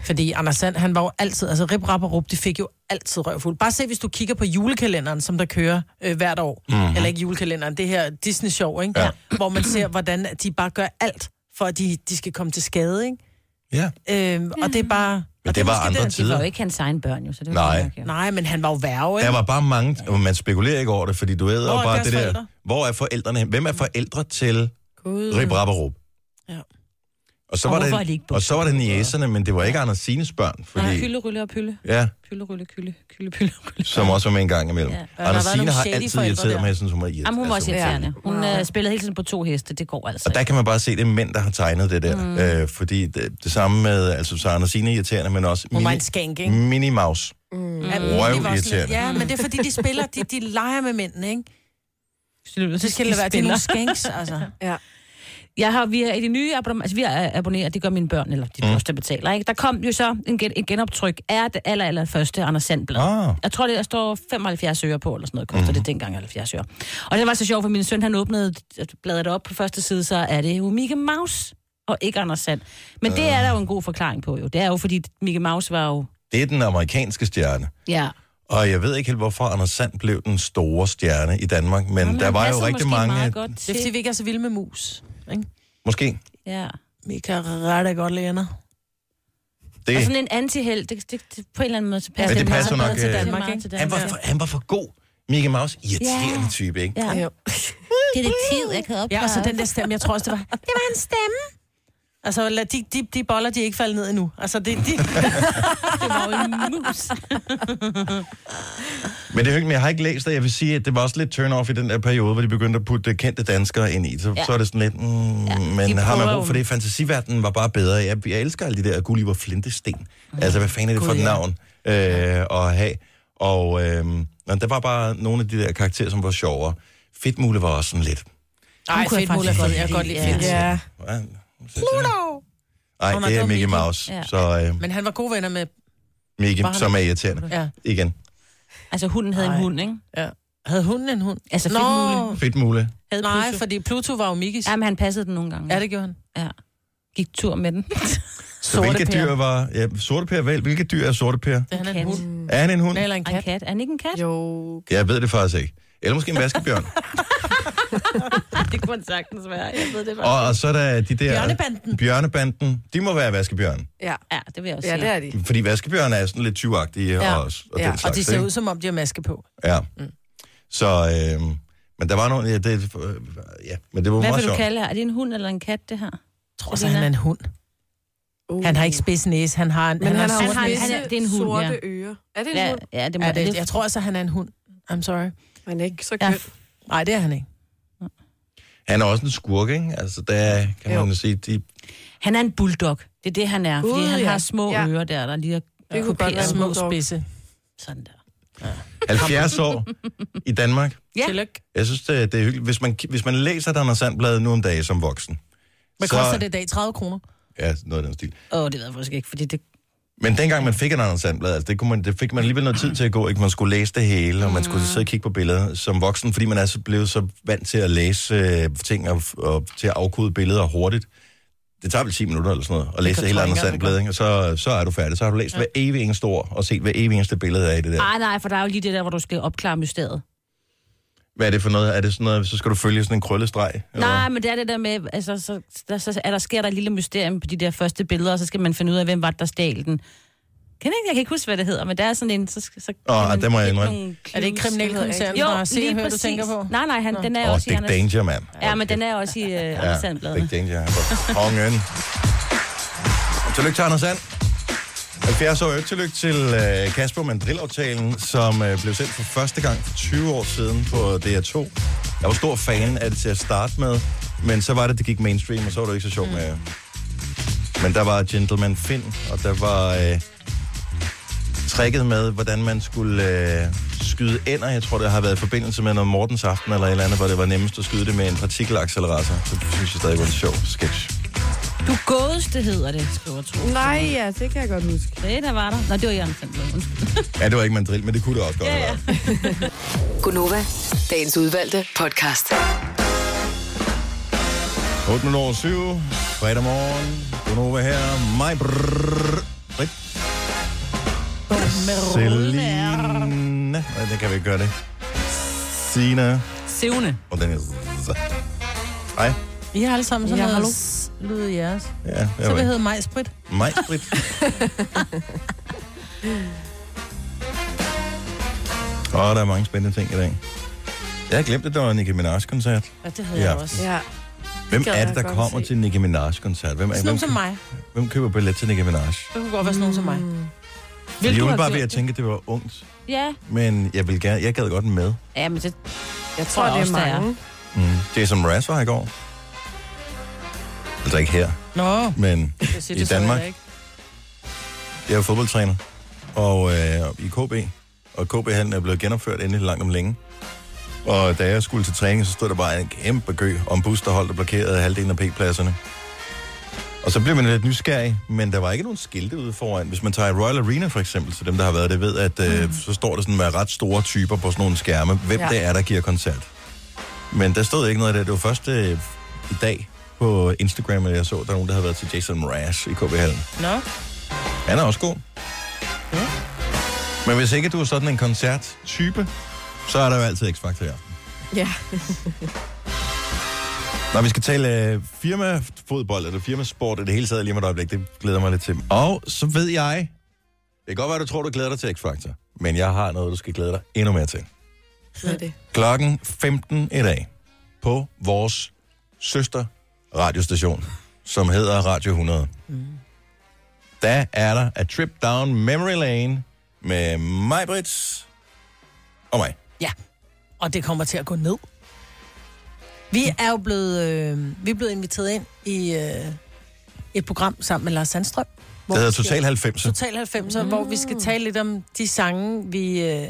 S2: Fordi Anders Sand, han var jo altid, altså Rip, Rap og Rup, de fik jo altid røvfuld. Bare se, hvis du kigger på julekalenderen, som der kører øh, hvert år.
S1: Mhm.
S2: Mm-hmm. Eller ikke julekalenderen, det her Disney-show, ikke? Ja. Hvor man ser, hvordan de bare gør alt, for at de, de skal komme til skade, ikke?
S1: Ja.
S2: Øhm, og det er bare...
S1: Men
S2: og
S1: det
S2: er
S1: var
S2: måske
S1: andre
S2: det,
S3: Det var
S1: tider.
S3: jo ikke hans egen børn, jo, så det var
S1: Nej.
S3: godt nok, jo.
S2: Nej, men han var jo værre,
S1: Der
S2: ikke?
S1: var bare mange, og man spekulerer ikke over det, fordi du ved jo
S2: er
S1: bare
S2: deres
S1: det der,
S2: forældre?
S1: hvor er forældrene hen? Hvem er forældre til
S2: Gud.
S1: Rip, Rap og Rup?
S2: Ja.
S1: Og så,
S3: Og
S1: var
S3: hvorfor er de
S1: det,
S3: ikke
S1: og så var det niæserne, men det var ikke Anders Sines børn,
S3: Nej,
S1: fordi,
S3: Pylde, rylle og pylle.
S1: ja,
S3: Pylde, rylle, kylde, kylde, pylde, rylle.
S1: som også var med en gang imellem.
S3: Ja.
S1: Ja.
S3: Og
S2: der har
S1: Anders
S2: været
S1: Sine
S2: nogle
S1: har
S2: shady
S1: altid
S2: forældre
S1: irriteret
S2: der.
S1: mig, jeg synes, hun var irriteret.
S3: Jamen, hun var også
S1: altså, hun-
S3: irriterende. Hun øh, spillede hele tiden på to heste, det går altså
S1: Og der
S3: ikke.
S1: kan man bare se, det er mænd, der har tegnet det der. Mm. Øh, fordi det, det samme med, altså så er Anders Signe irriterende, men også
S2: Hun var
S1: Mini,
S2: en skænk, ikke?
S1: Minnie Mouse.
S2: Mm. Ja, men
S1: Røv
S2: det var sådan lidt-
S1: irriterende.
S2: Ja, men det er fordi, de spiller, de, de leger med mændene, ikke?
S3: Absolut,
S2: Så skal det være, de er nogle skænks, altså.
S5: Ja.
S3: Jeg har, vi er i de nye abonnement, altså vi er abonneret, det gør mine børn, eller de første mm. betaler, ikke? Der kom jo så en, gen, en genoptryk af det aller, aller første Anders Sandblad.
S1: Ah.
S3: Jeg tror, det der står 75 øre på, eller sådan noget,
S1: Mhm.
S3: koster mm. det dengang 70 øre. Og det var så sjovt, for min søn, han åbnede bladet op på første side, så er det jo Mickey Mouse, og ikke Anders Sand. Men det
S1: Øh.
S3: er der jo en god forklaring på, jo. Det er jo, fordi Mickey Mouse var jo...
S1: Det er den amerikanske stjerne.
S3: Ja.
S1: Og jeg ved ikke helt, hvorfor Anders Sand blev den store stjerne i Danmark, men
S3: Jamen,
S1: der
S3: han
S1: var jo
S3: passede
S1: rigtig
S3: måske
S1: mange...
S3: Meget godt
S2: Det er fordi,
S3: til.
S2: vi ikke er så vilde med mus, ikke?
S1: Måske.
S3: Ja.
S2: Vi kan rette godt lide andre.
S1: Det,
S3: Og
S2: Altså,
S3: sådan en antihelt, det, det, det, på en eller anden måde, så passer
S1: Men det
S3: meget
S1: passer jo nok,
S3: bedre til
S1: øh,
S3: Danmark,
S2: Han
S3: ikke?
S1: han, var for, han var for god. Mickey Mouse, irriterende
S3: Ja.
S1: type, ikke?
S3: Ja.
S2: Jo.
S3: Det er det tid, jeg kan opdrage.
S2: Ja, og så den der stemme, jeg tror også, det var, det var en stemme. Altså, lad de, de, de boller, de er ikke faldet ned endnu. Altså, det, de... altså.
S3: det var jo en mus.
S1: Men det er jo ikke, men jeg har ikke læst det. Jeg vil sige, at det var også lidt turn-off i den der periode, hvor de begyndte at putte øh, kendte danskere ind i. Så, ja.
S3: Ja.
S1: så er det sådan lidt, mm, ja, men
S3: de
S1: har man
S3: prøver
S1: brug for
S3: jo.
S1: det? Fantasiverdenen var bare bedre. Jeg, jeg elsker alle de der Gulliver Flintesten. Mm. Altså, hvad fanden er det for et navn øh, at have? Og øh, der var bare nogle af de der karakterer, som var sjovere. Fedtmule var også sådan lidt...
S2: Ej, fedt muligt. Jeg, jeg kan godt lide fedt.
S5: ja.
S1: Pluto! Nej,
S2: Åh, nej,
S1: det
S2: det
S1: er
S2: var
S1: Mickey
S2: Mickey.
S1: Mouse.
S3: Ja.
S1: Så øh,
S2: Men han var gode venner med...
S1: Mickey,
S2: Var han
S1: som er
S2: ikke?
S1: irriterende.
S2: Ja.
S1: Igen.
S3: Altså, hunden havde Ej. en hund, ikke?
S2: ja. Havde hunden en hund?
S3: Altså,
S2: Nå,
S3: fedtmule.
S1: Fedtmule.
S3: Havde
S2: nej,
S3: Pluto.
S2: fordi Pluto var jo Mikkis.
S3: Jamen, han passede den nogle gange.
S2: Ja, det gjorde han.
S3: Ja. Gik tur med den.
S1: Så hvilke
S2: Per.
S1: dyr var... Ja, sorte per, vel? Hvilke dyr er sorte per?
S2: Det er han
S3: En
S2: en
S3: kat.
S2: hund.
S1: Er han en hund?
S2: Eller en
S3: Og en
S2: kat.
S3: kat. Er han ikke en kat?
S5: Jo.
S1: Jeg ved det faktisk ikke. Eller måske en vaskebjørn.
S3: det kunne han sagtens være. Jeg ved det
S1: og, og så er der de der...
S2: Bjørnebanden.
S1: Bjørnebanden. De må være vaskebjørn.
S5: Ja.
S3: Ja, det vil jeg også
S5: ja, det
S3: sige.
S5: er de.
S1: Fordi vaskebjørn er sådan lidt tyvagtige ja.
S2: Ja.
S1: og, og
S5: Ja.
S1: den
S5: Og
S1: slags.
S2: Og de ser
S1: ikke?
S2: ud, som om de har maske på.
S1: Ja. Så... Øh, men der var nogle... Ja, det, øh, ja men det var
S3: Hvad
S1: meget
S3: vil du
S1: sjovt.
S3: kalde her? Er det en hund eller en kat, det her?
S2: Jeg tror så, han er en hund. Han har ikke spids næse. Han har en...
S5: Uh. Men han
S2: en
S5: har
S2: sort
S5: også
S3: han har-
S5: visse
S3: han er- det er en hund,
S5: sorte
S3: ja.
S5: ører. Er det en
S3: Ja,
S5: hund?
S3: ja det må
S2: næse. Ja,
S3: det.
S2: det, jeg tror altså, han er en hund. I'm sorry.
S5: Han er ikke så
S3: Ja.
S5: køn.
S2: Nej, det er han ikke.
S1: Han er også en skurk, ikke? Altså, der kan
S5: Jo.
S1: man jo sige, de
S3: Han er en bulldog. Det er det, han er. Fordi
S5: Gud,
S3: han
S5: ja.
S3: har små
S5: Ja.
S3: ører der, der lige er
S5: Det kunne godt
S2: Ja,
S5: være
S3: kuperet.
S5: en
S2: små
S5: bulldog.
S2: spidse.
S3: Sådan der.
S1: 70 år i Danmark.
S3: Ja.
S2: Tillykke.
S1: Jeg synes, det, det er hyggeligt. Hvis man, hvis man læser Danner Sandbladet nu om dagen som voksen.
S2: Hvad
S1: så-
S2: koster det i dag? 30 kroner?
S1: Ja, noget af den stil.
S3: Åh, oh, det ved jeg faktisk ikke, fordi det...
S1: Men dengang man fik en anden sandblad, altså det, kunne man, det fik man alligevel noget tid til at gå, ikke? Man skulle læse det hele, og man skulle sidde og kigge på billeder som voksen, fordi man er så blevet så vant til at læse øh, ting og, og, til at afkode billeder hurtigt. Det tager vel 10 minutter eller sådan noget, at læse
S2: kan
S1: det hele
S2: jeg
S1: andet
S2: ikke engang,
S1: sandblad, ikke? og så, så er du færdig. Så har du læst ja. hver evig eneste ord, og set hver evig eneste billede af i det der.
S3: Ej, nej, for der er jo lige det der, hvor du skal opklare mysteriet.
S1: Hvad er det for noget? Er det sådan noget, så skal du følge sådan en krøllestreg? eller
S3: Nej, men det er det der med, altså, så, der, så er der sker der et lille mysterium på de der første billeder, og så skal man finde ud af, hvem var det, der stjal den. Kan jeg, ikke, jeg kan ikke huske, hvad det hedder, men der er sådan en... Så, så
S1: Åh, ah,
S3: kan man
S1: det må jeg
S3: lægge
S1: indrømme.
S3: nogle
S2: Er det ikke
S3: clues.
S2: kriminalkommissæren
S3: Jo,
S2: fra Se
S3: lige
S2: og Hør, du
S3: præcis.
S2: tænker på?
S3: Nej, nej, han, den er
S1: Åh, oh,
S3: også i
S1: Dick
S3: Anders.
S1: Danger, mand.
S3: Ja, men den er også i øh, Anders
S1: Ja,
S3: Sandbladet.
S1: Dick Danger. Han var kongen. Tillykke til Anders Sand. 70 år, øvrigt tillykke til øh, Kasper Mandrill-aftalen, som øh, blev sendt for første gang for 20 år siden på DR2. Jeg var stor fan af det til at starte med, men så var det, det gik mainstream, og så var det jo ikke så sjovt med... Men der var Gentleman Finn, og der var øh, tricket med, hvordan man skulle øh, skyde ender. Jeg tror, det har været i forbindelse med noget Mortens Aften eller et eller andet, hvor det var nemmest at skyde det med en partikelaccelerator. Så det synes jeg stadig var en sjov sketch.
S3: Du godeste hedder det, skriver Tro.
S5: Nej, ja, det kan jeg godt huske.
S3: Det der var der. Nå, det var i Anders Sandblad. Undskyld.
S1: Ja, det var ikke mandril, men det kunne det også godt have været.
S7: Gunova, dagens udvalgte podcast.
S1: 8 minutter over 7, fredag morgen. Gunova her. Mig, brrr, Frit.
S2: Med
S1: Selina. Nej, det kan vi ikke gøre det. Sina.
S3: Sevne.
S1: Og den er... Hej.
S2: I har alle sammen sådan
S5: Ja,
S2: ja,
S5: hallo.
S2: noget s- lyd i jeres.
S1: Ja, jeg
S2: Så
S1: ved
S2: vil
S1: ikke.
S2: det hedde majsprit.
S1: Maj Britt. Åh, der er mange spændende ting i dag. Jeg har glemt, at der var en Nicki Minaj-koncert.
S2: Ja, det hedder
S1: Ja.
S2: jeg også.
S5: Ja.
S1: Hvem
S5: gad
S1: er det,
S5: jeg
S1: der
S5: godt
S1: kommer
S5: se.
S1: til en Nicki Minaj-koncert? Hvem, er,
S2: Sådan nogen
S1: hvem,
S2: som mig.
S1: hvem køber billet til Nicki Minaj?
S2: Det kunne godt være sådan nogen som mig.
S5: Mm.
S1: Vil jeg
S3: du
S1: var
S3: have
S1: bare ved
S3: gjort
S1: at
S3: det?
S1: tænke, at det var ungt.
S3: Ja,
S1: Men jeg, vil gerne, jeg gad godt med.
S3: ja men det,
S5: Jeg
S3: tror
S5: tror, det er
S3: også, der er.
S5: mange.
S1: Mm. Jason Mraz var her i går. Altså ikke her,
S2: Nå,
S1: men
S2: jeg siger,
S1: I
S2: det så jeg
S1: Danmark?
S2: da ikke.
S1: jeg er jo fodboldtræner. Og øh, i KB. Og KB-hallen er blevet genopført endelig langt om længe. Og da jeg skulle til træning, så stod der bare en kæmpe kø om bus, der holdt og blokerede halvdelen af P-pladserne. Og så blev man lidt nysgerrig, men der var ikke nogen skilte ude foran. Hvis man tager i Royal Arena for eksempel, så dem, der har været det, ved, at øh, så står der sådan med ret store typer på sådan nogle skærme, hvem ja.
S5: Ja.
S1: det er, der giver koncert. Men der stod ikke noget af det. Det var først øh, i dag på Instagram, at jeg så, at der er nogen, der havde været til Jason Mraz i KB-hallen.
S2: Nå,
S1: Han er også god. Ja. Men hvis ikke du er sådan en koncerttype, så er der jo altid X-Factor her.
S5: Ja.
S1: Når vi skal tale øh, firmafodbold eller firmasport i det hele taget lige om et øjeblik, det glæder jeg mig lidt til. Og så ved jeg, det kan godt være, du tror, du glæder dig til X-Factor, men jeg har noget, du skal glæde dig endnu mere til.
S5: Hvad er det?
S1: Klokken 15 i dag på vores søster radiostation, som hedder Radio 100. Mm. Der er der A Trip Down Memory Lane med mig, Brits, og mig.
S2: ja. Og det kommer til at gå ned. Vi er jo blevet, øh, vi er blevet inviteret ind i øh, et program sammen med Lars Sandstrøm. hvor
S1: Det hedder
S2: vi skal-
S1: Total 90.
S2: Total 90'er, mm. hvor vi skal tale lidt om de sange, vi, øh,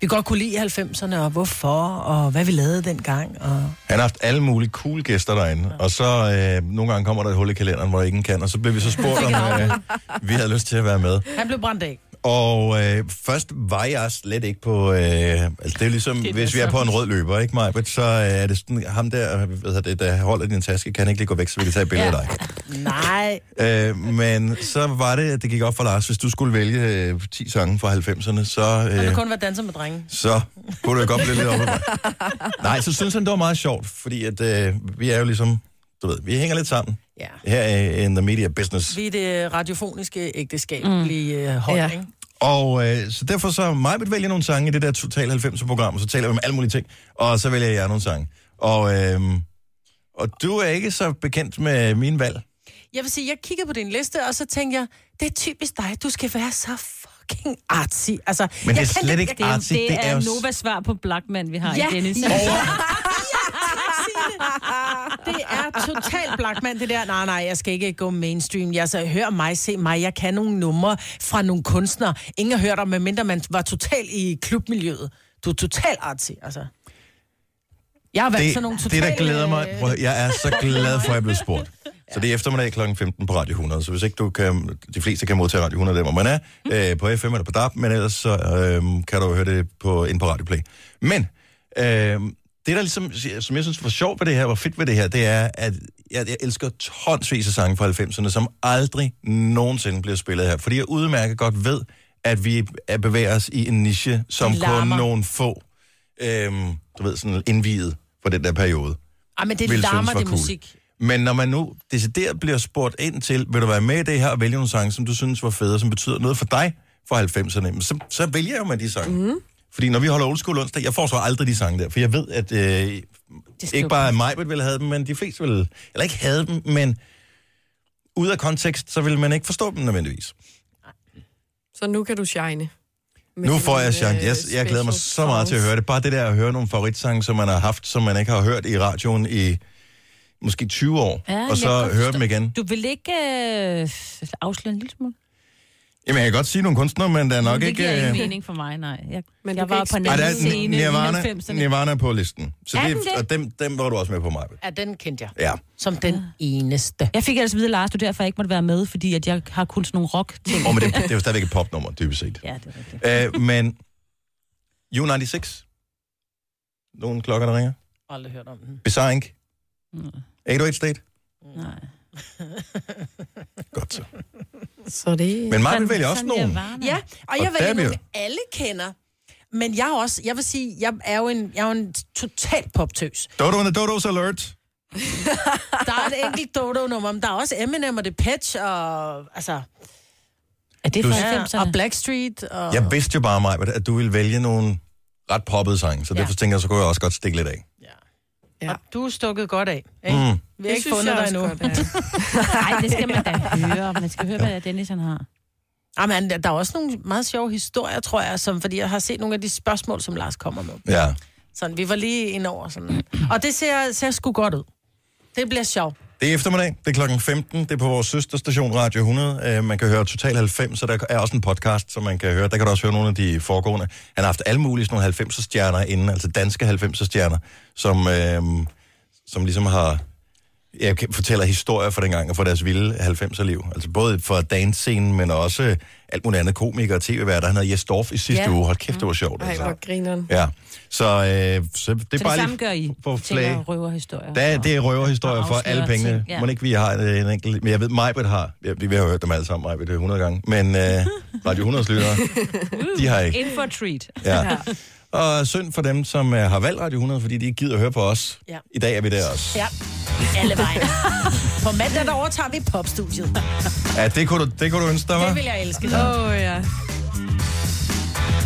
S2: vi godt kunne lide i 90'erne, og hvorfor, og hvad vi lavede dengang. Og...
S1: Han har haft alle mulige cool gæster derinde, ja. og så øh, nogle gange kommer der et hul i kalenderen, hvor ingen kan, og så blev vi så spurgt, om øh, vi havde lyst til at være med.
S2: Han blev brændt af.
S1: Og øh, først var jeg slet ikke på... Øh, altså, det er jo ligesom, det
S3: er
S1: hvis vi er på en rød løber, ikke mig? Så øh, er det sådan, ham der, ved det, der holder din taske, kan ikke lige gå væk, så vi kan tage et billede af dig.
S2: Nej.
S1: Øh, men så var det, at det gik op for Lars, hvis du skulle vælge øh, 10 sange fra 90'erne, så...
S2: Han
S1: Øh,
S2: har kun været danser med drenge.
S1: så kunne det godt blive lidt op ad mig. Nej, så synes han, det var meget sjovt, fordi at, øh, vi er jo ligesom, du ved, vi hænger lidt sammen
S2: Ja.
S1: her i in the media business.
S2: Vi er det radiofoniske ægteskab mm. lige øh, hold, ja.
S5: Ja.
S2: ikke?
S1: Og øh, så derfor så mig vil vælge nogle sange i det der Total 90-program, og så taler vi om alle mulige ting, og så vælger jeg nogle sange. Og, øh, og du er ikke så bekendt med min valg.
S2: Jeg vil sige, jeg kigger på din liste, og så tænker jeg, det er typisk dig, du skal være så fucking artsy. Altså,
S1: Men det
S2: jeg
S1: er
S2: kan
S1: slet
S2: lidt-
S1: ikke
S3: Det,
S1: artsy,
S3: det, det er,
S1: jo
S3: er
S1: s-
S3: Novas svar på Blackman, vi har
S2: Ja.
S3: i Dennis.
S2: Det er totalt Blackman, det der. Nej, nej, jeg skal ikke gå mainstream. Jeg så hør mig, se mig. Jeg kan nogle numre fra nogle kunstnere. Ingen har hørt om, medmindre man var totalt i klubmiljøet. Du er totalt artsy, altså. Jeg har valgt sådan nogle
S1: det,
S2: totalt...
S1: det, der glæder mig, prøv, at- jeg er så glad for, at jeg blev spurgt. Så det er eftermiddag kl. 15 på Radio 100, så hvis ikke du kan, de fleste kan modtage Radio 100, der hvor man er,
S2: Mm.
S1: øh, på FM eller på DAB, men ellers så øh, kan du høre det på, ind på Radio Play. Men øh, det, der ligesom, som jeg synes var sjovt ved det her, var fedt ved det her, det er, at jeg, jeg elsker tonsvis af sange fra 90'erne, som aldrig nogensinde bliver spillet her, fordi jeg udmærket godt ved, at vi er- bevæger os i en niche, som
S2: Det
S1: kun
S2: larmer.
S1: nogle få øhm, du ved, sådan indviet for den der periode.
S2: Ej, Ah, men det
S1: ville
S2: larmer
S1: synes var
S2: det
S1: cool.
S2: musik.
S1: Men når man nu decideret bliver spurgt ind til, vil du være med i det her og vælge nogle sange, som du synes var fede, og som betyder noget for dig fra 90'erne, jamen, så, så vælger jeg jo med de sange.
S2: Mhm.
S1: Mm. Fordi når vi holder old school onsdag, jeg får så aldrig de sange der, for jeg ved, at øh, ikke bare mig ville have dem, men de fleste ville, eller ikke havde dem, men ud af kontekst, så ville man ikke forstå dem nødvendigvis.
S5: Så nu kan du shine. Med
S1: Nu får
S5: dine,
S1: jeg chance.
S5: øh,
S1: Jeg, jeg glæder mig
S5: special
S1: så meget til at
S5: songs.
S1: høre det. Bare det der at høre nogle favoritsange, som man har haft, som man ikke har hørt i radioen i måske 20 år,
S3: Ja,
S1: og
S3: jeg
S1: så
S3: kan
S1: høre
S3: forstå-
S1: dem igen.
S3: Du vil ikke øh, afsløre en lille smule?
S1: Jamen, jeg kan godt sige nogle kunstnere, men der er nok
S3: det
S1: ikke...
S3: giver
S1: øh,
S3: ingen mening for mig, nej. Jeg,
S5: Men
S3: men
S5: du
S3: jeg
S5: kan
S3: var
S5: ikke
S3: på en
S5: spille-
S1: Ej, der
S3: anden
S1: er
S3: scene i
S1: Nirvana,
S3: 90'erne.
S1: Nirvana er på listen. Så
S3: Er
S1: det,
S3: den det?
S1: og dem, dem var du også med på mig.
S2: Ja, den kendte jeg.
S1: Ja.
S2: Som den eneste.
S3: Jeg fik altså at vide, Lars, du derfor ikke måtte være med, fordi at jeg har kun sådan nogle rock ting.
S1: Åh, men det, det er jo stadigvæk et popnummer, dybest set.
S3: Ja, det er rigtigt.
S1: Øh, men U96. Nogle klokker, der ringer.
S2: har øh, aldrig hørt om den.
S1: Bizarre Inc.
S3: Mm,
S1: 808 State.
S3: Nej.
S1: Godt så.
S5: Så det...
S1: Men Marvin
S3: Sådan-
S1: vælger også
S3: sådan
S1: nogen.
S3: jeg var, mand.
S2: Ja, og, jeg
S1: Og der
S2: vælger
S1: er vi jo-
S2: nogle, alle kender. Men jeg er også, jeg vil sige, jeg er jo en, jeg er jo en total poptøs.
S1: Dodo and the Dodos Alert.
S2: Der er et enkelt Dodo-nummer, men der er også Eminem og Depeche og... Altså,
S3: Er det
S1: Du-
S3: fra
S2: ja,
S3: 90'erne?
S2: og Blackstreet og...
S1: Jeg vidste jo bare, mig, at du ville vælge nogle ret poppede sange, så
S2: Ja.
S1: derfor tænker jeg, så kunne jeg også godt stikke lidt af.
S2: Ja. Og du er stukket godt af, ikke? Mm. Vi har ikke fundet dig endnu.
S5: godt.
S3: Nej, det skal man da høre. Man skal høre, hvad Dennis han har.
S2: Jamen, der er også nogle meget sjove historier, tror jeg, som, fordi jeg har set nogle af de spørgsmål, som Lars kommer med.
S1: Ja.
S2: Sådan, vi var lige ind over sådan. Og det ser, ser sgu godt ud. Det bliver sjovt.
S1: Det er eftermiddag, det er klokken 15, det er på vores søsterstation Radio 100. Øh, Man kan høre Total 90, så der er også en podcast, som man kan høre. Der kan du også høre nogle af de foregående. Han har haft alle mulige sådan nogle 90'er-stjerner inden, altså danske 90'er-stjerner, som, øh, som ligesom har... Jeg kan- fortæller historier fra dengang og fra deres vilde 90'er-liv. Altså både fra danscenen, men også øh, alt muligt andet komikere og tv-værter. Han havde Jes Dorf i sidste
S2: Ja.
S1: uge. Hold kæft, det var sjovt. altså.
S5: Ej, hvor grineren.
S1: Ja, så, øh, så det er
S3: Så
S1: bare
S3: det
S1: lige
S3: samme gør I.
S1: på flag.
S3: Tænker og røverhistorier.
S1: Der,
S3: og-
S1: det er røverhistorier
S3: og
S1: for alle
S3: afslører
S1: pengene.
S3: ting,
S1: Ja.
S3: ja.
S1: Må ikke vi har øh, en enkelt... Men jeg ved, Majbet har... Ja, vi vi har jo hørt dem alle sammen, Majbet, 100 gange. Men øh, Radio 100 lyttere, de har ikke.
S3: In for a treat.
S1: Ja. Og synd for dem, som øh, har valgt Radio 100, fordi de ikke gider at høre på os.
S2: Ja.
S1: I dag er vi der også.
S2: Ja, alle vejen. På mandag, der overtager vi popstudiet.
S1: Ja, det kunne du, det kunne du ønske dig,
S2: Det
S1: var.
S2: vil jeg elske.
S5: Åh, oh, ja.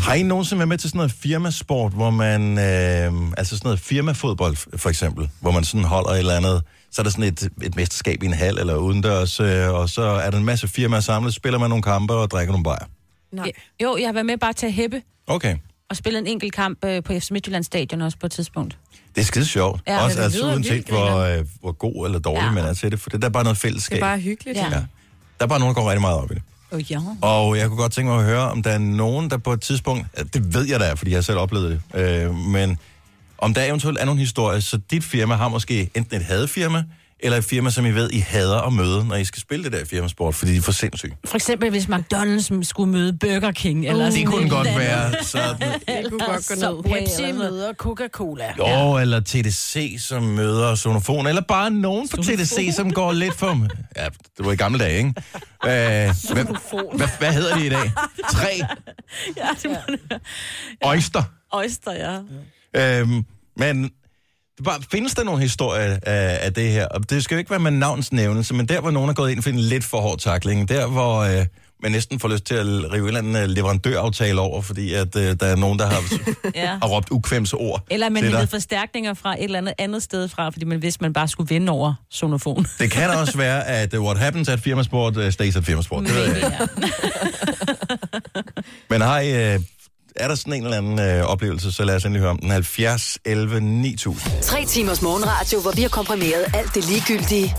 S1: Har I nogensinde været med til sådan noget firmasport, hvor man... Øh, altså sådan noget firmafodbold, f- for eksempel, hvor man sådan holder et eller andet... Så er der sådan et, et mesterskab i en hal eller udendørs, øh, og så er der en masse firmaer samlet, spiller man nogle kampe og drikker nogle bajer.
S5: Nej.
S3: Jo, jeg har været med bare til at hæppe
S1: Okay.
S3: og spille en enkelt kamp øh, på FC Midtjyllands stadion også på et tidspunkt.
S1: Det er skide sjovt. Ja,
S3: Ja,
S1: også
S3: det
S1: altså,
S3: lyder
S1: uanset
S3: vildt
S1: hvor, øh, hvor god eller dårlig ja.
S3: Ja.
S1: man er til det, for det der er bare noget
S5: Det
S1: fællesskab.
S5: er bare hyggeligt.
S3: Ja.
S1: ja. Der er bare nogen, der går rigtig meget op i det.
S3: Åh oh, ja.
S1: Og jeg kunne godt tænke mig at høre, om der er nogen, der på et tidspunkt... ja, Det ved jeg da, fordi jeg har selv oplevet det. Øh, men om der eventuelt er nogle historier, så dit firma har måske enten et hadefirma, eller et firma, som I ved, I hader at møde, når I skal spille det der firmasport, fordi de er for sindssyge.
S3: For eksempel, hvis McDonald's skulle møde Burger King. Eller
S1: Det
S3: sådan
S1: kunne
S3: et
S1: godt
S3: eller
S1: være sådan...
S5: Det kunne godt gå
S3: Så-
S5: ned.
S2: Pepsi møder Coca-Cola.
S1: Jo, eller TDC, som møder Sonofon, eller bare nogen på TDC, som går lidt for... Ja, det var i gamle dage, ikke? Øh, hvad, hvad, hvad hedder de i dag? Tre
S3: andet.
S1: oyster.
S3: Oyster, ja.
S1: Øhm, men det er bare, findes der nogle historier af, af det her? Og det skal jo ikke være med navnsnævnelse, men der, hvor nogen er gået ind for en lidt for hård takling, der, hvor øh, man næsten får lyst til at rive en eller anden øh, leverandøraftale over, fordi at, øh, der er nogen, der har,
S3: ja.
S1: har råbt ukvemsord.
S3: Eller man
S1: til dig.
S3: hentede forstærkninger fra et eller andet andet sted fra, fordi man vidste, man bare skulle vinde over sonofon.
S1: Det kan også være, at uh, what happens at firmasport uh, stays at firmasport. Det ved jeg ikke. Men har I, uh, er der sådan en eller anden uh, oplevelse, så lad os endelig høre om den. 70, 11, 9000.
S7: Tre timers morgenradio, hvor vi har komprimeret alt det ligegyldige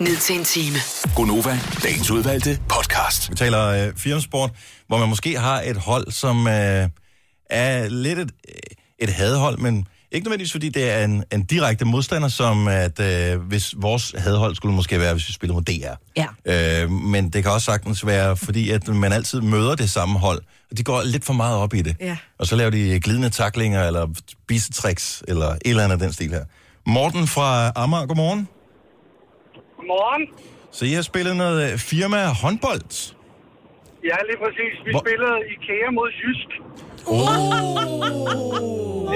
S7: ned til en time.
S8: Gonova, dagens udvalgte podcast.
S1: Vi taler uh, firmasport, hvor man måske har et hold, som uh, er lidt et, et hadhold, men ikke nødvendigvis, fordi det er en, en direkte modstander, som at uh, hvis vores hadhold skulle måske være, hvis vi spiller mod DR.
S3: Ja.
S1: Øh, men det kan også sagtens være, fordi at man altid møder det samme hold, og de går lidt for meget op i det.
S5: Ja.
S1: Og så laver de glidende taklinger, eller bisetricks, eller et eller andet af den stil her. Morten fra Amager, godmorgen.
S10: Godmorgen.
S1: Så I har spillet noget øh, firma håndbold.
S10: Ja, lige præcis. Vi
S1: Hvor-
S10: Hvor... spillede IKEA mod Jysk. Oh.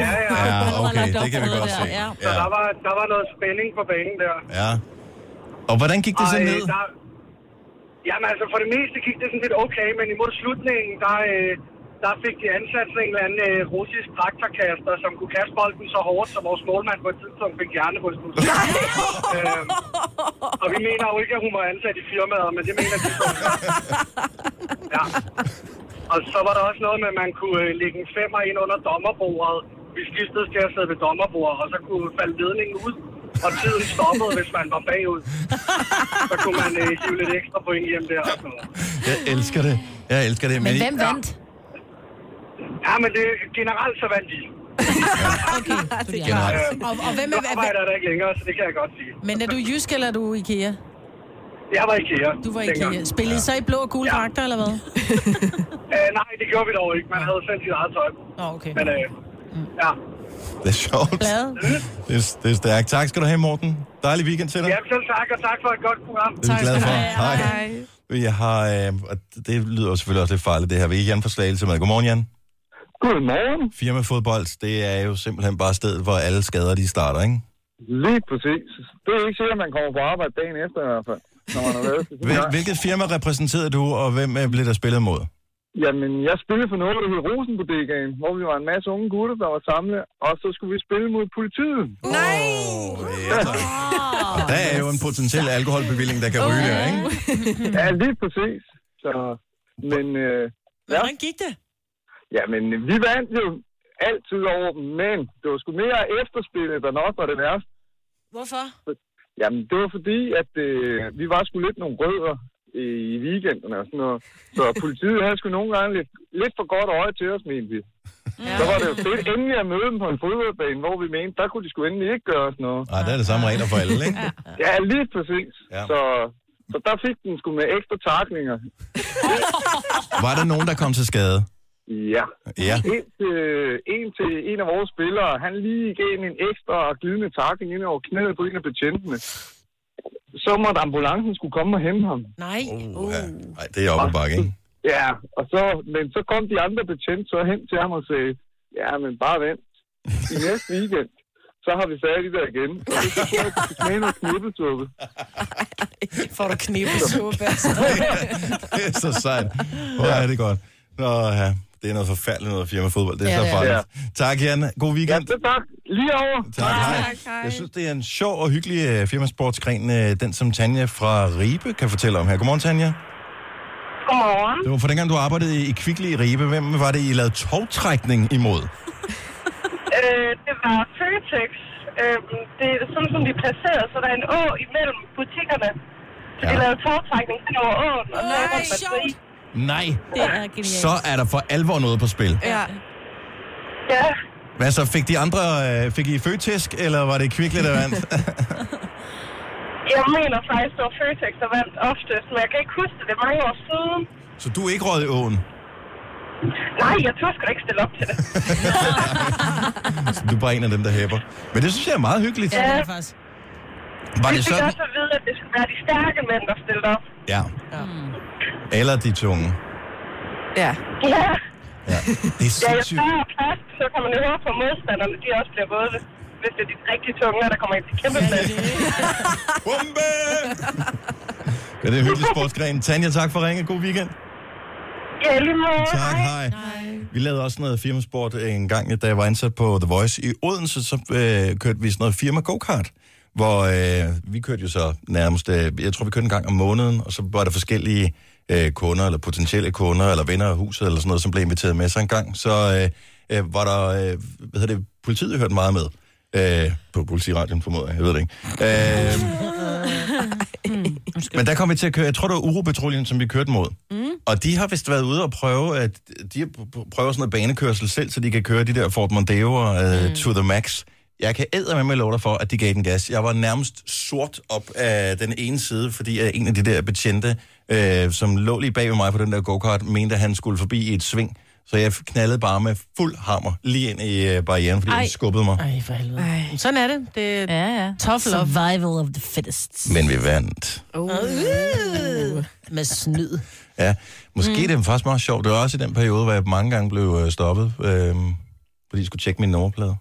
S10: Ja, ja.
S1: Ja, okay,
S3: lagt op
S1: det kan vi
S3: for
S1: godt
S3: noget
S1: se.
S3: der, ja.
S10: Så
S1: Ja.
S10: der var, der var noget spænding på banen der.
S1: ja. Og hvordan gik det så
S10: øh,
S1: ned?
S10: der... Jamen altså, for det meste gik det sådan lidt okay, men imod slutningen, der, øh, der fik de ansat sådan en eller anden øh, russisk traktorkaster, som kunne kaste bolden så hårdt, som vores målmand på et tidspunkt fik hjernerystelse. øh, og vi mener jo ikke, at hun var ansat i firmaet, men det mener de så. ja. Og så var der også noget med, at man kunne øh, lægge en femmer ind under dommerbordet. Vi skiftede til at sidde ved dommerbordet, og så kunne falde ledningen ud. Og tiden stoppede, hvis man var bagud. Så kunne man øh, hive lidt ekstra point hjem der. Og sådan noget.
S1: Jeg elsker det. Jeg elsker det.
S2: Men
S1: I-
S2: hvem vandt?
S10: Ja, men det, generelt så vandt de.
S3: Det
S1: Generelt.
S2: Og, og hvem
S10: Nu
S2: er...
S10: arbejder jeg der ikke længere, så det kan jeg godt sige.
S2: Men er du jysk, eller er du IKEA?
S10: Jeg var ikke her.
S2: Du var IKEA. Spillede I så i blå og gule dragter, eller hvad?
S10: Øh, nej, det gjorde vi dog ikke. Man havde sendt sit eget tøj.
S2: Nå, okay.
S10: Men øh, ja.
S1: Det er sjovt.
S2: Glade.
S1: Det er, det er stærkt. Tak skal du have, Morten. Dejlig weekend til dig.
S10: ja, selv tak, og tak for et godt program.
S1: Det er vi glade for. Hej.
S5: Hej.
S1: Jeg har, øh, og det lyder jo selvfølgelig også lidt farligt, det her. Vi er Jan fra Slagelse med. Godmorgen, Jan.
S11: Godmorgen.
S1: Firmafodbold, det er jo simpelthen bare stedet, hvor alle skader de starter, ikke?
S11: Lige præcis. Det er ikke sikkert, at man kommer på arbejde dagen efter i hvert fald. Når man har været til
S1: Hvil, hvilket firma repræsenterede du, og hvem øh, blev der spillet mod?
S11: Jamen, jeg spillede for noget, der hed Rosenbodegaen, hvor vi var en masse unge gutter, der var samlet, og så skulle vi spille mod politiet.
S1: Nej! Oh, ja, tak. og der er jo en potentiel alkoholbevilling, der kan ryge der, ikke?
S11: ja, lige præcis. Så, men, øh, ja.
S2: Hvordan gik det?
S11: Jamen, vi vandt jo altid over dem, men det var sgu mere efterspillet, der nok var det værste.
S2: Hvorfor?
S11: Jamen, det var fordi, at øh, vi var sgu lidt nogle rødder øh, i weekenden og sådan noget. Så politiet havde sgu nogle gange lidt, lidt for godt øje til os, mente vi. Ja. Så var det jo fedt endelig at møde dem på en fodboldbane, hvor vi mente, der kunne de sgu endelig ikke gøre sådan noget.
S1: Ah, der er det samme regler for alle, ikke?
S11: Ja, lige præcis.
S1: Ja.
S11: Så, så der fik den sgu med ekstra taklinger.
S1: Var der nogen, der kom til skade?
S11: Ja.
S1: Ja.
S11: En til, en til en af vores spillere, han lige gav en en ekstra glidende takling ind over knæet på en af betjentene. Så måtte ambulancen skulle komme og hente ham.
S2: Nej.
S1: Uh. Nej, det er oppe bakke, ikke?
S11: Ja, og så, men så kom de andre betjente så hen til ham og sagde, ja, men bare vent. I næste weekend, så har vi fat i dig igen. Og det så jeg til knæen og knippesuppe.
S2: Får du knippesuppe?
S1: Det er så sejt. Hvor er det godt. Nå, ja. Det er noget forfærdeligt noget firma fodbold. Det er
S11: Ja,
S1: ja,
S11: det
S1: så
S11: er
S1: farligt. Tak, Jan. God weekend.
S11: Ja, tak. Lige over.
S1: Tak, hej. Jeg synes, det er en sjov og hyggelig øh, firmasportsgren, øh, den som Tanja fra Ribe kan fortælle om her. Godmorgen, Tanja.
S12: Godmorgen.
S1: Det var for dengang, du arbejdede i Kvickly i Ribe. Hvem var det, I lavede togtrækning imod?
S12: Øh, det var Føtex. Øh, det er sådan, som de er placeret, så der er en å imellem butikkerne. Så de lavede tårtrækning hen over åen, og så
S2: Nej,
S12: var der batteri.
S1: Nej.
S12: Det er genialt.
S1: Så er der for alvor noget på spil.
S12: Ja. Ja,
S1: Hvad så? Fik de andre... øh, Fik I føtisk, eller var det Kvickly, der vandt?
S12: jeg mener faktisk, det var Føtex, der vandt oftest, men jeg kan ikke huske det. Det er mange år siden.
S1: så du er ikke røget i åen?
S12: Nej, jeg turde sgu da ikke stille op til det.
S1: Så Altså, du er bare en af dem, der hæber. Men det synes jeg er meget hyggeligt.
S12: Ja.
S1: Var
S12: Vi
S1: det
S12: fik
S1: sådan?
S12: også at vide, at det skulle være de stærke mænd, der stillede op.
S1: Ja.
S12: Mm.
S1: Eller de tunge.
S12: Ja. Ja.
S1: Det er
S12: Ja, jo
S1: sindssygt.
S12: større plads, så kan man jo høre på modstanderne, de også bliver våde, hvis det er de rigtig tunge, der kommer ind til kæmpe plads.
S1: Bombe! Ja, det er en hyggelig sportsgren. Tanja, tak for ringen. God weekend.
S12: Ja, lige måde.
S1: Tak, hej. Vi lavede også noget firmasport øh, en gang, da jeg var ansat på The Voice i Odense, så øh, kørte vi sådan noget firma go-kart, hvor øh, vi kørte jo så nærmest, øh, jeg tror vi kørte en gang om måneden, og så var der forskellige øh, kunder, eller potentielle kunder, eller venner af huset, eller sådan noget, som blev inviteret med. Så en gang, så øh, øh, var der, øh, hvad hedder det, politiet hørte meget med. Øh, på politiradion formoder jeg, jeg ved det ikke. Øh, men der kom vi til at køre, jeg tror det var Uropatruljen, som vi kørte mod. Mm. Og de har vist været ude og prøve, at de prøver sådan noget banekørsel selv, så de kan køre de der Ford Mondeo uh, mm. to the max. Jeg kan æde med lov dig for, at de gav den gas. Jeg var nærmest sort op af den ene side, fordi øh, en af de der betjente, øh, som lå lige bag ved mig på den der go-kart, mente, at han skulle forbi i et sving. Så jeg knaldede bare med fuld hammer lige ind i øh, barrieren, fordi
S2: Ej.
S1: han skubbede mig.
S2: Ej, for helvede. Ej. Sådan er det. Det er
S3: ja, ja.
S2: tough love.
S3: Survival of the fittest.
S1: Men vi vandt.
S2: Uh. Uh. Med snyd.
S1: Ja, måske
S2: Mm.
S1: mm. det er faktisk meget sjovt. Det var også i den periode, hvor jeg mange gange blev øh, stoppet, øh, fordi jeg skulle tjekke min nummerplade.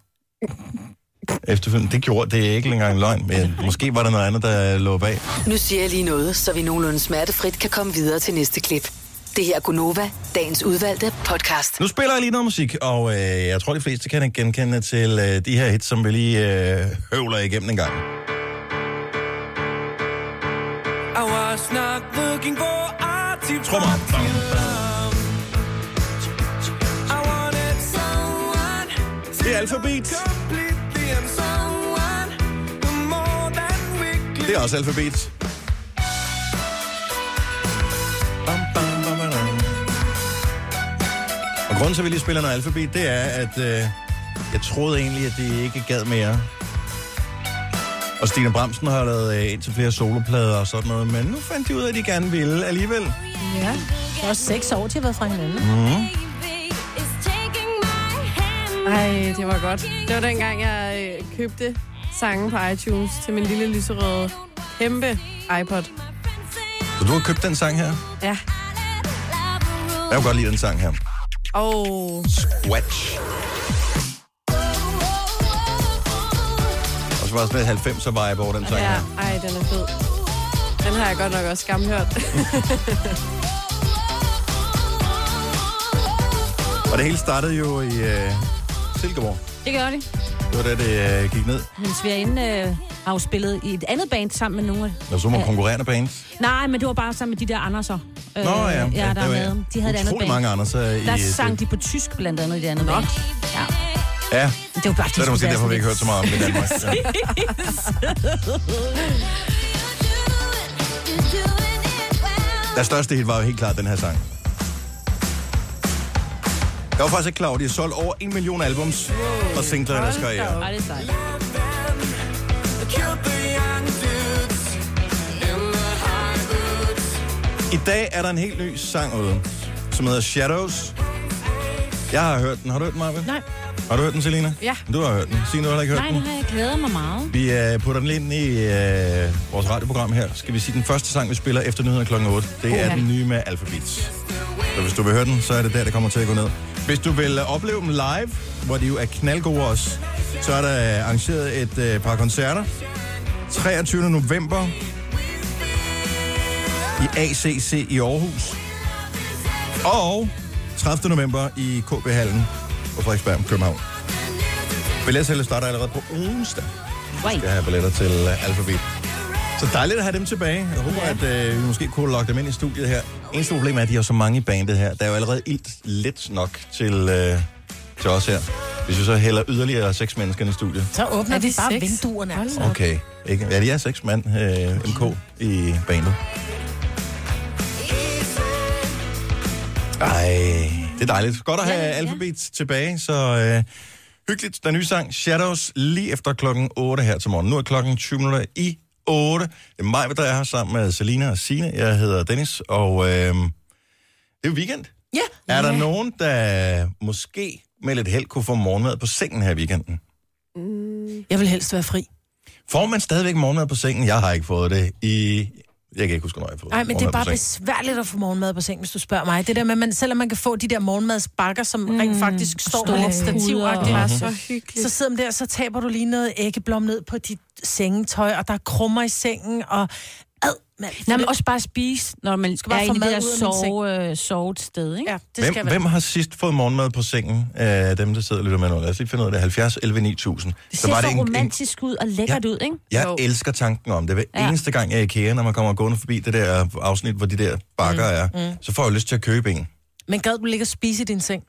S1: Efterfølgende, det gjorde det er ikke engang løgn, men måske var der noget andet, der lå bag.
S7: Nu siger jeg lige noget, så vi nogenlunde smertefrit kan komme videre til næste klip. Det her er Gunova, dagens udvalgte podcast.
S1: Nu spiller jeg lige noget musik, og øh, jeg tror, de fleste kan genkende til øh, de her hits, som vi lige øh, høvler igennem en gang.
S6: I was not looking for a tip
S1: Trummer.
S6: I wanted someone
S1: Det er alfabet.
S6: completely and someone who more than we
S1: Det er også alfabet. Bam, bam, bam, bam, bam. Og grunden til, at vi lige spiller noget alfabet, det er, at øh, jeg troede egentlig, at det ikke gad mere. Og Stine Bramsen har lavet øh, indtil flere soloplader og sådan noget, men nu fandt de ud af, at de gerne ville alligevel.
S2: Ja. Det er også seks år, de har været fra hinanden.
S1: Mm.
S5: Ej, det var godt. Det var dengang, jeg øh, købte sange på iTunes til min lille lyserøde kæmpe iPod.
S1: Så du har købt den sang her?
S5: Ja.
S1: Jeg kan godt lide den sang her.
S5: Åh. Oh.
S1: Watch. Og så var der sådan lidt 90'er vibe over den sang
S5: Ja,
S1: her.
S5: ej, den er fed. Den har jeg godt nok også skamhørt.
S1: Og det hele startede jo i øh, Silkeborg.
S3: Det gør de.
S1: Det var da det øh, gik ned.
S3: Men svigerinde øh, har jo spillet i et andet band sammen med nogle...
S1: Og så må
S3: Ja.
S1: konkurrerende bands.
S3: Nej, men det var bare sammen med de der Anderser.
S1: Nå ja,
S3: ja,
S1: ja,
S3: der,
S1: der
S3: der
S1: var
S3: med. De havde et andet
S1: utrolig
S3: band.
S1: mange Anderser i,
S3: Der
S1: øh,
S3: sang de på tysk blandt andet i det andet band. Ja.
S1: Ja.
S3: Det var bare,
S1: Så er det måske derfor, vi ikke hørte så meget om det i Danmark. Ja. Der største hit var jo helt klart den her sang. Jeg var faktisk ikke klar over, at de har solgt over en million albums og singler i deres karriere.
S3: Ej, det er sejt.
S1: I dag er der en helt ny sang ude, som hedder Shadows. Jeg har hørt den. Har du hørt den, Marve?
S3: Nej.
S1: Har du hørt den, Selina?
S3: Ja.
S1: Du har hørt den. Signe, du har heller ikke hørt
S3: Nej,
S1: den.
S3: nej, jeg glæder mig meget.
S1: Vi øh, putter den lidt ind i øh, vores radioprogram her. Skal vi sige, den første sang, vi spiller efter nyhederne kl. 8, det er
S3: Uha.
S1: den nye med Alphabet. Så hvis du vil høre den, så er det der, det kommer til at gå ned. Hvis du vil øh, opleve dem live, hvor de jo er knaldgode også, så er der øh, arrangeret et øh, par koncerter. 23. november i ACC i Aarhus. Og 30. november i KB Hallen på Frederiksberg, København. Billetsælget starter allerede på onsdag.
S3: Wow.
S1: Jeg har billetter til uh, Alphabet. Så dejligt at have dem tilbage. Jeg håber, at uh, vi måske kunne lokke dem ind i studiet her. Eneste problem er, at de har så mange i bandet her. Der er jo allerede ilt lidt nok til, uh, til os her. Hvis vi så hælder yderligere seks mennesker ind i studiet.
S2: Så åbner
S3: Er
S2: vi
S3: det
S2: bare
S3: sex?
S2: vinduerne. Altså.
S1: Okay. Ikke? Ja, de er seks mand, uh, MK, i bandet. Ej, det er dejligt. Godt at have ja, Alphabet tilbage, så øh, hyggeligt. Den nye sang, Shadows, lige efter klokken 8 her til morgen. Nu er klokken 20 minutter i 8. Det er mig, der er her sammen med Selina og Sine. Jeg hedder Dennis, og øh, det er jo weekend.
S2: Ja.
S1: Er der nogen, der måske med lidt held kunne få morgenmad på sengen her i weekenden?
S2: Jeg vil helst være fri.
S1: Får man stadigvæk morgenmad på sengen? Jeg har ikke fået det i... Jeg kan ikke huske, hvornår jeg har fået
S2: Nej, men det er
S1: morgenmad
S2: bare
S1: på sengen.
S2: besværligt at få morgenmad på sengen, hvis du spørger mig. Det der med, at man, selvom man kan få de der morgenmadsbakker, som mm, rent faktisk står med
S3: store
S2: lidt stativagtigt.
S3: puder.
S2: så hyggeligt. Så sidder man der, så taber du lige noget æggeblom ned på dit sengetøj, og der er krummer i sengen, og ad, man.
S3: Nej, men også bare spise, når man skal bare
S2: bare
S3: er
S2: få
S3: i det
S2: mad
S3: der
S2: ud af min
S3: sove, øh, sovet sted, ikke?
S2: Ja,
S1: Hvem, hvem har sidst fået morgenmad på sengen? Øh, dem, der sidder og lytter med nu. Lad os lige finde ud af det. 70, 11, 9000.
S3: Det ser så romantisk ud og lækkert ud, ikke?
S1: jeg elsker tanken om det. Hver
S3: Ja.
S1: ja. eneste gang, jeg er i IKEA, når man kommer gående forbi det der afsnit, hvor de der bakker mm. er,
S2: mm.
S1: mm. så får jeg lyst til at købe en.
S2: Men gad du ligge og spise i din seng?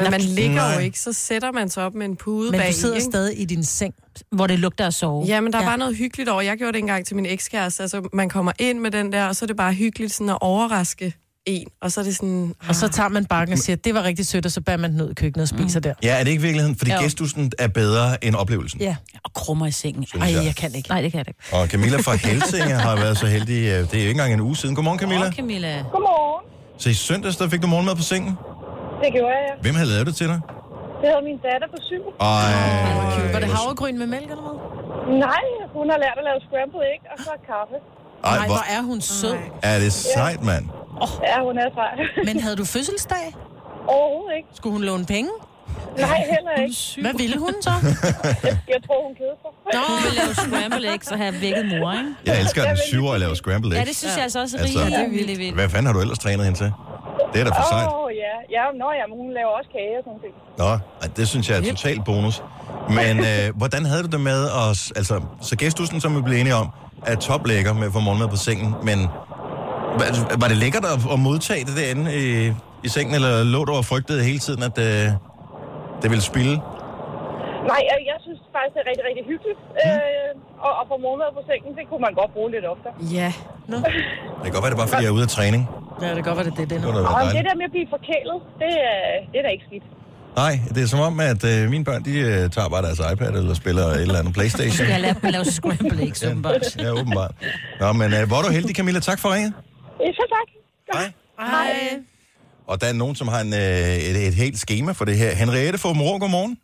S5: Men man ligger jo
S1: Nej.
S5: ikke, så sætter man sig op med en pude
S2: Men
S5: bag
S2: du sidder
S5: ikke?
S2: stadig i din seng.
S3: Hvor det lugter af sove.
S5: Ja, men der ja. var noget hyggeligt over. Jeg gjorde det engang til min ekskæreste. Altså, man kommer ind med den der, og så er det bare hyggeligt sådan at overraske en. Og så er det sådan...
S2: Og så tager man bakken og siger, det var rigtig sødt, og så bærer man den ud i køkkenet og
S1: Mm.
S2: spiser der.
S1: Ja, er det ikke virkeligheden? Fordi
S2: Jo.
S1: gestusen er bedre end oplevelsen.
S2: Ja.
S3: Og krummer i sengen.
S1: Synes
S2: Ej,
S1: jeg.
S2: jeg kan ikke.
S3: Nej, det kan jeg da ikke.
S1: Og Camilla fra Helsinge har været så heldig. øh, Det er jo ikke engang en uge siden. Godmorgen, Camilla.
S3: Åh, Camilla.
S13: Godmorgen.
S1: Så i søndags, der fik du morgenmad på sengen.
S13: Det gjorde jeg, ja.
S1: Hvem havde lavet det til dig?
S13: Det havde min datter på syv.
S1: Ej,
S2: Var det havregryn med mælk eller hvad?
S13: Nej, hun har lært at lave scrambled egg og så kaffe.
S1: Ej,
S2: Nej,
S1: hvor-
S2: hvor er hun sød.
S1: er det sejt, mand.
S13: Oh. Ja, hun er sej.
S2: Men havde du fødselsdag?
S13: Overhovedet ikke.
S2: Skulle hun låne penge?
S13: Nej, heller ikke.
S2: Hvad ville hun så?
S13: Jeg tror, hun keder sig.
S3: Nå, vi laver scramble eggs og have vækket mor, ikke?
S1: Jeg elsker den syvårige laver scrambled eggs.
S3: Ja, det synes jeg altså også er
S1: Altså,
S3: rigtig altså, vildt. vildt.
S1: Hvad fanden har du ellers trænet hende til? Det er da for sejt.
S13: Åh, oh, ja. ja. Nå, ja, men hun laver også kage og sådan ting.
S1: Nå, ej, det synes jeg er totalt bonus. Men øh, hvordan havde du det med os? Altså, så gæstusen, som vi blev enige om, er toplækker med at få morgenmad på sengen, men hva- var det lækkert at, at modtage det derinde i, i sengen, eller lå du og frygtede hele tiden, at øh, det ville spille?
S13: Nej, jeg, jeg synes faktisk, det er rigtig, rigtig hyggeligt. Mm. Øh, og, og på morgenmad på sengen, det kunne man godt bruge lidt ofte.
S5: Ja.
S2: Nå.
S1: Det kan godt være, det er bare fordi, jeg er ude af træning.
S2: Ja, det kan godt være, det er det. det
S1: Det
S2: nu.
S1: kunne da være
S13: Og det
S1: dejligt.
S13: der med at blive forkælet, det, er- det er da ikke skidt.
S1: Nej, det er som om, at øh, mine børn, de øh, tager bare deres iPad eller spiller et eller andet Playstation.
S3: Jeg har lært dem at lave scramble eggs, åbenbart.
S1: Ja, åbenbart. Nå, men øh, hvor er du heldig, Camilla. Tak for ringet.
S13: Øh, Så tak.
S2: Hej.
S1: Og der er nogen, som har en, øh, et, et helt schema for det her. Henriette fra Mor, godmorgen.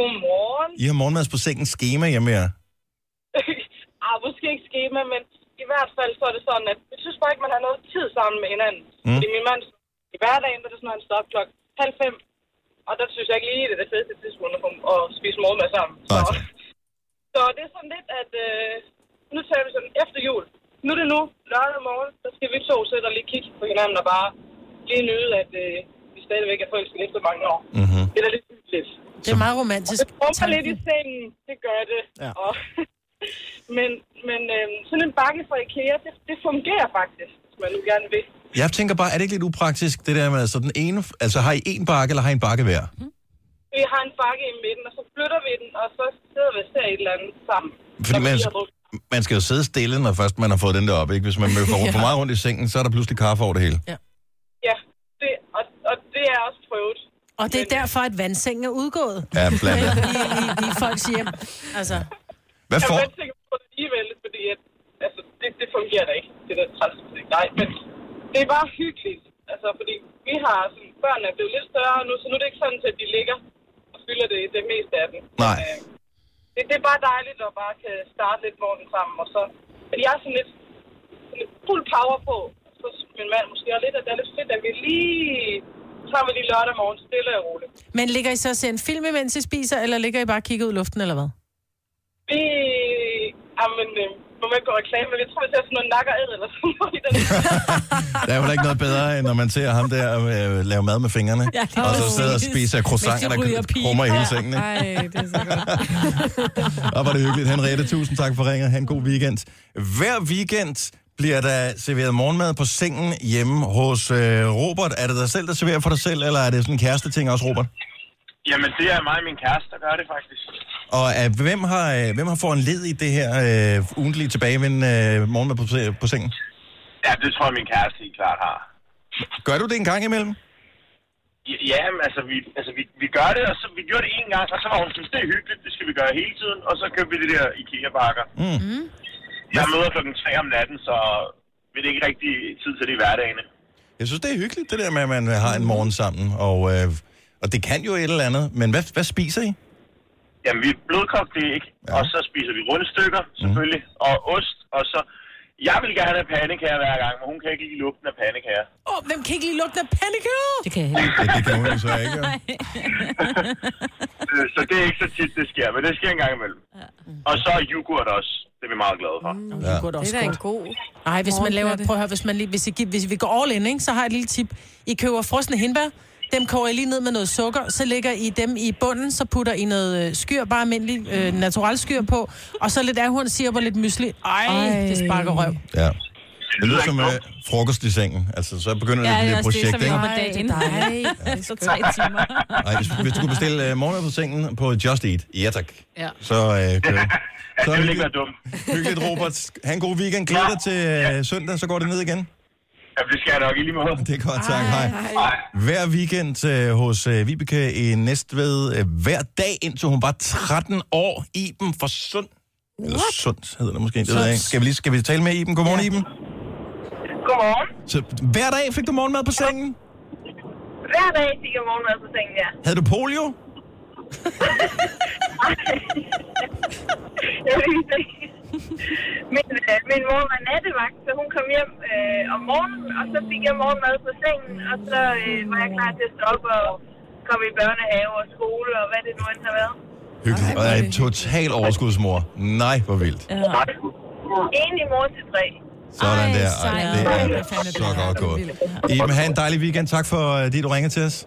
S13: Godmorgen.
S1: I har morgenmads på sengen schema hjemme her.
S13: ah, måske ikke schema, men i
S12: hvert fald så er det sådan, at jeg synes bare ikke, man har noget tid sammen med hinanden.
S1: Mm.
S12: Mm. Fordi min mand, i hverdagen, der er det sådan, at han står op klokken halv fem. Og der synes jeg ikke lige, det er det fedeste tidspunkt at komme og spise morgenmad sammen. Så, så det er sådan lidt, at øh, nu tager vi sådan efter jul. Nu er det nu, lørdag morgen, så skal vi to sætte og lige kigge på hinanden og bare lige nyde, at øh, vi stadigvæk er forelsket efter mange år. Mm-hmm. Det er da lidt hyggeligt.
S2: Det er meget romantisk.
S12: Det rumper lidt i sengen, det gør det. Ja. Og, men men øhm, sådan en bakke fra IKEA, det, det fungerer faktisk, hvis man nu gerne vil.
S1: Jeg tænker bare, er det ikke lidt upraktisk, det der med, altså, den ene, altså har I en bakke, eller har I en bakke hver?
S12: Vi har en bakke i midten, og så flytter vi den, og så sidder vi og ser et eller andet sammen.
S1: Fordi
S12: Og
S1: man,
S12: vi har drukket-
S1: man skal jo sidde stille, når først man har fået den der op, ikke? Hvis man møffer ja. for meget rundt i sengen, så er der pludselig kaffe over det hele.
S12: Ja, det, og, og det er også prøvet.
S2: Og det er derfor, at vandsengen er udgået.
S1: Ja, blandt andet.
S2: I, i, i folks hjem. Altså.
S1: Hvad
S12: Jeg
S1: får...
S12: er tænker på det alligevel, fordi at, altså, det, det fungerer da ikke, det der træsmusik. Nej, men det er bare hyggeligt. Altså, fordi vi har, sådan, børnene er blevet lidt større nu, så nu er det ikke sådan, at de ligger og fylder det, det meste af den.
S1: Nej.
S12: Det, det er bare dejligt at bare kan starte lidt morgen sammen, og så... Men jeg er sådan lidt, sådan lidt fuld power på, og så synes min mand måske er lidt, at det er lidt fedt, at vi lige tager vi lige lørdag morgen stille og roligt.
S2: Men ligger I så og ser en film, imens I spiser, eller ligger I bare og kigger ud i luften, eller hvad?
S12: Vi... Jamen, øh, må man ikke gå reklame, men vi tror, vi ser sådan noget nakker æd eller sådan noget i den
S1: Der er jo ikke noget bedre, end når man ser ham der øh, lave mad med fingrene,
S12: Ja, lige
S1: og så
S12: præcis.
S1: sidder og spiser croissanter,
S12: Mens de ryger
S1: der
S12: pil.
S1: krummer i hele sengen. Ikke?
S5: Ej, det er så godt.
S1: Og var det hyggeligt. Henriette, tusind tak for ringet. Ha' en god weekend. Hver weekend bliver der serveret morgenmad på sengen hjemme hos øh, Robert. Er det dig selv, der serverer for dig selv, eller er det sådan en kæreste-ting også, Robert?
S14: Jamen, det er mig og min kæreste, der gør det faktisk.
S1: Og øh, hvem har, øh, hvem har foranledet i det her øh, ugentlige tilbagevendende øh, morgenmad på, se- på sengen?
S14: Ja, det tror jeg, min kæreste helt klart har.
S1: Gør du det en gang imellem?
S14: Ja- Ja, men altså, vi, altså vi, vi gør det, og så vi gjorde det en gang, og så var hun sådan, det er hyggeligt, det skal vi gøre hele tiden, og så købte vi det der IKEA-bakker.
S1: Mm.
S14: Jeg møder klokken 3 om natten, så vi er ikke rigtig tid til det i hverdagene.
S1: Jeg synes, det er hyggeligt, det der med, at man har en morgen sammen. Og, øh, og det kan jo et eller andet. Men hvad, hvad spiser I?
S14: Jamen, vi blødkogte det, ikke? Ja. Og så spiser vi rundstykker, selvfølgelig, mm. og ost, og så... Jeg vil gerne have pandekager hver gang, men hun kan ikke lide lugten af pandekager.
S2: Åh, oh, hvem kan ikke lige lugte af pandekager? Det kan jeg
S1: Ja, det kan hun jo så ikke. jo.
S14: Øh, Så det er ikke så tit, det sker, men det sker en gang imellem. Ja. Og så er yoghurt også. Det er vi meget glade for. Mm.
S2: Ja. Det er da en
S5: god...
S2: Nej, hvis man laver,
S5: Morgenplatte.
S2: prøv at høre, hvis, man lige, hvis, I, gi- hvis vi går all in, ikke, så har jeg et lille tip. I køber frosne hindbær, dem koger I lige ned med noget sukker, så lægger I dem i bunden, så putter I noget øh, skyr, bare almindelig øh, natural skyr på, og så lidt ahornsirp og lidt mysli. Ej, Ej, det sparker røv.
S1: Ja. Det lyder som øh, frokost i sengen. Altså, så begynder det at blive et projekt,
S3: dagen.
S1: ikke?
S2: Nej,
S3: så tre timer.
S1: Ej, hvis, hvis du kunne bestille øh, morgenmad på sengen på Just Eat, ja tak,
S3: Ja.
S1: så øh, kører vi.
S14: Ja, det
S1: Så
S14: vil
S1: hyggeligt.
S14: ikke være dumt.
S1: Hyggeligt, Robert. Ha' en god weekend. Glæder dig til øh, søndag, så går det ned igen.
S14: Jamen, det skal jeg nok i lige måde.
S1: Det er godt, tak. Hej. Hver weekend øh, hos øh, Vibeke i Næstved, øh, hver dag indtil hun var 13 år. Iben for Sund. Eller Sundt hedder det måske. Det ved jeg ikke. Skal, vi lige, skal vi tale med Iben? Godmorgen, ja. Iben.
S12: Godmorgen.
S1: Så hver dag fik du morgenmad på sengen?
S12: Hver dag fik jeg morgenmad på sengen, ja.
S1: Havde du polio?
S12: Jeg synes ikke. min, øh, min mor var nattevagt, så hun kom hjem øh, om morgenen, og så fik jeg morgenmad på sengen, og så øh, var jeg klar til at stå op og komme i børnehave og skole og hvad det nu end har været.
S1: Hyggeligt. Og er total overskudsmor. Nej, hvor vildt.
S12: Enig mor til tre.
S1: Sådan der. Ej,
S12: sej.
S1: det
S12: Ej,
S1: er
S12: hvor
S1: så godt gået. Iben, have en dejlig weekend. Tak for, øh, det du ringer til os.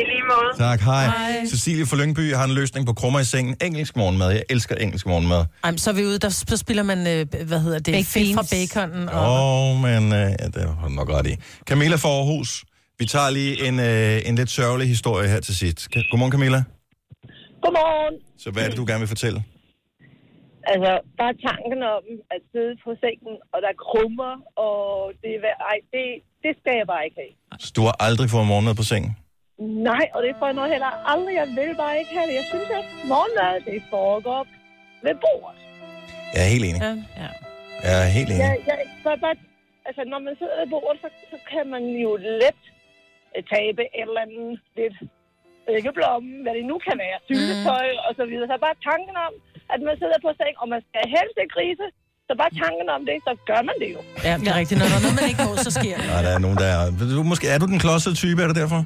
S12: I lige måde.
S1: Tak, hej. hej. Cecilie fra Lyngby har en løsning på krummer i sengen. Engelsk morgenmad. Jeg elsker engelsk morgenmad.
S2: Ej, men så er vi ude, der så spiller man, øh, hvad hedder det, fedt fra baconen.
S1: Åh, oh, men øh, ja, det har du nok ret i. Camilla fra Aarhus. Vi tager lige en, øh, en lidt sørgelig historie her til sidst. Ka- Godmorgen, Camilla.
S13: Godmorgen.
S1: Så hvad er det, du gerne vil fortælle?
S13: Altså, bare tanken om at sidde på sengen, og der er krummer, og det er... hver- Ej, det, det skal jeg bare ikke have.
S1: Så du har aldrig fået morgenmad på sengen.
S13: Nej, og det får jeg noget heller aldrig. Jeg vil bare ikke have det. Jeg synes, at morgenmad, det foregår ved bordet.
S1: Jeg er helt enig.
S2: Ja. ja.
S1: Jeg er helt
S13: Jeg,
S1: enig.
S13: jeg, bare, bare, altså, når man sidder ved bordet, så, så kan man jo let øh, tabe et eller andet lidt æggeblomme, hvad det nu kan
S2: Mm.
S13: være, syltetøj og så videre. Så bare tanken om, at man sidder på seng, og man skal helst ikke grise, Så bare tanken om det, så gør man det jo.
S2: Ja, det er rigtigt. Når der er noget, man ikke må, så sker det.
S1: Nej, der er nogen, der er... Du, måske er du den klodsede type, er det derfor?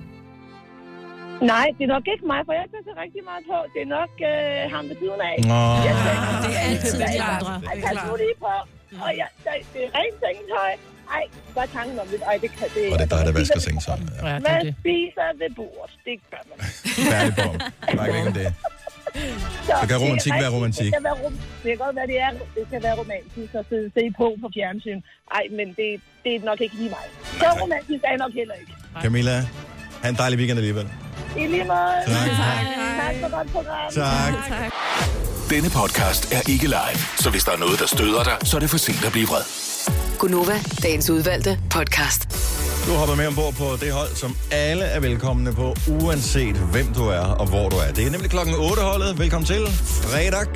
S13: Nej, det er nok ikke mig, for jeg passer rigtig meget på. Det er nok øh, ham ved siden af.
S1: Nå.
S13: Jeg tænker,
S2: det er altid de andre.
S13: Ej, pas nu lige på. Og jeg, der- det er rent sengetøj. Ej, bare tanken om det. Ej, det kan det.
S1: Og det er dig, der vasker sengetøj. Ja.
S2: Ja,
S13: Man spiser ved bordet. Det gør man.
S1: Færdig på. Snakker ikke om det. Så kan
S13: det er
S1: romantik være
S13: rigtigt.
S1: romantik.
S13: Det kan, være rom- det kan godt være, det, er, det kan være romantisk at sidde se på på fjernsyn. Ej, men det, det er nok ikke lige mig. Så romantisk er jeg nok heller ikke.
S1: Camilla, have en dejlig weekend alligevel.
S13: I lige måde.
S1: Tak.
S13: Tak, tak for godt program.
S1: Tak.
S13: tak.
S8: Denne podcast er ikke live, så hvis der er noget, der støder dig, så er det for sent at blive vred.
S7: Gunova, dagens udvalgte podcast.
S1: Du hopper med ombord på det hold, som alle er velkomne på, uanset hvem du er og hvor du er. Det er nemlig klokken 8 holdet. Velkommen til fredag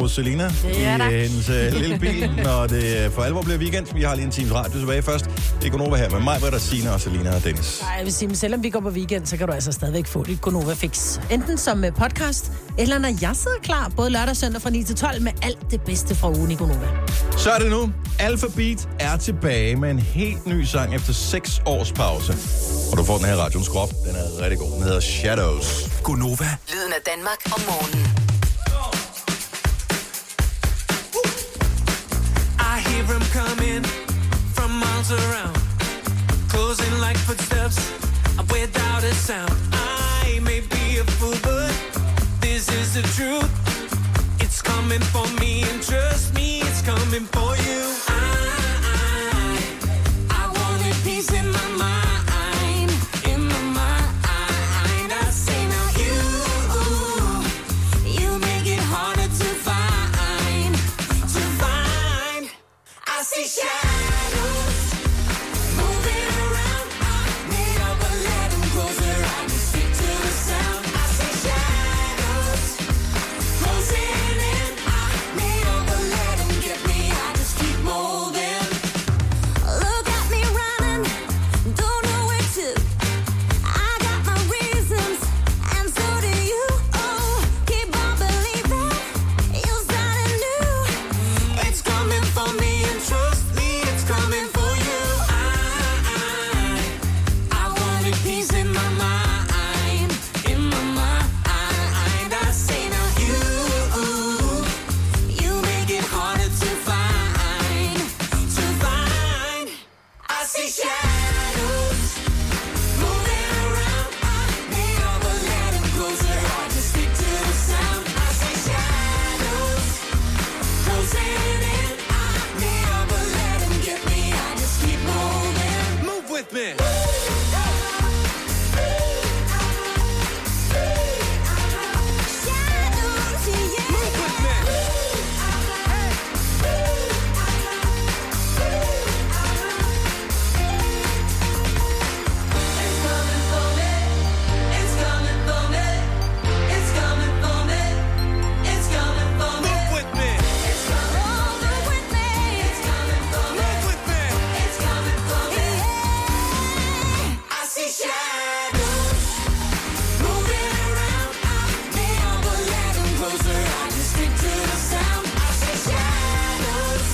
S1: hos Selina
S15: Ja, tak.
S1: i hendes øh, lille bil, når det øh, for alvor bliver weekend. Vi har lige en times radio tilbage først. Det er Gunova her med mig, Britta, Sina og Selina og Dennis.
S2: Nej, jeg vil sige, men selvom vi går på weekend, så kan du altså stadigvæk få dit Gonova Fix. Enten som øh, podcast, eller når jeg sidder klar, både lørdag og søndag fra 9 til 12, med alt det bedste fra ugen i Gonova.
S1: Så er det nu. Alphabet er tilbage med en helt ny sang efter 6 års pause. Og du får den her i radioens krop. Den er rigtig god. Den hedder Shadows. Gunova.
S7: Lyden af Danmark om morgenen.
S15: I hear 'em coming from miles around, closing like footsteps without a sound. I may be a fool, but this is the truth. It's coming for me, and trust me, it's coming for you. I, I, I want a peace in my mind, in my mind. I say now you, you make it harder to find, to find. I see shadows moving around. I may never let 'em closer. I just stick to the sound. I see shadows closing in. I may never let 'em get me. I just keep moving. Look at me running, don't know where to. I got my reasons, and so do you. Oh, keep on believing. You're starting new. It's coming for me, and trust me, it's coming for you. I, I, I wanted peace in my mind, in my mind. I say now you, you make it harder to find, to find. I see shadows moving around. I may never let 'em closer. I just stick to the sound. I see shadows. Closing in, I never let 'em get me. I just keep moving. Move with me. Shadows, yeah. Move with me. It's coming for me. It's coming for me. It's coming for me. It's coming for me. Move with me. It's coming for me. It's coming for me. Move with me. It's coming for me. I see shadows moving around. I never let 'em closer. I just stick to the sound. I see shadows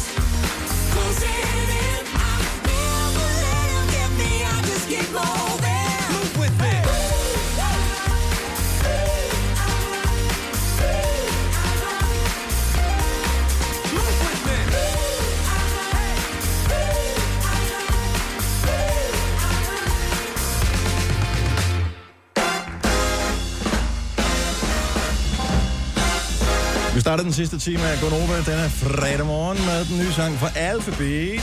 S15: closing in. I never let 'em get me. I just keep moving. Move with me.
S1: Vi starter den sidste time af Gonova. Den er fredag morgen med den nye sang fra Alphabet.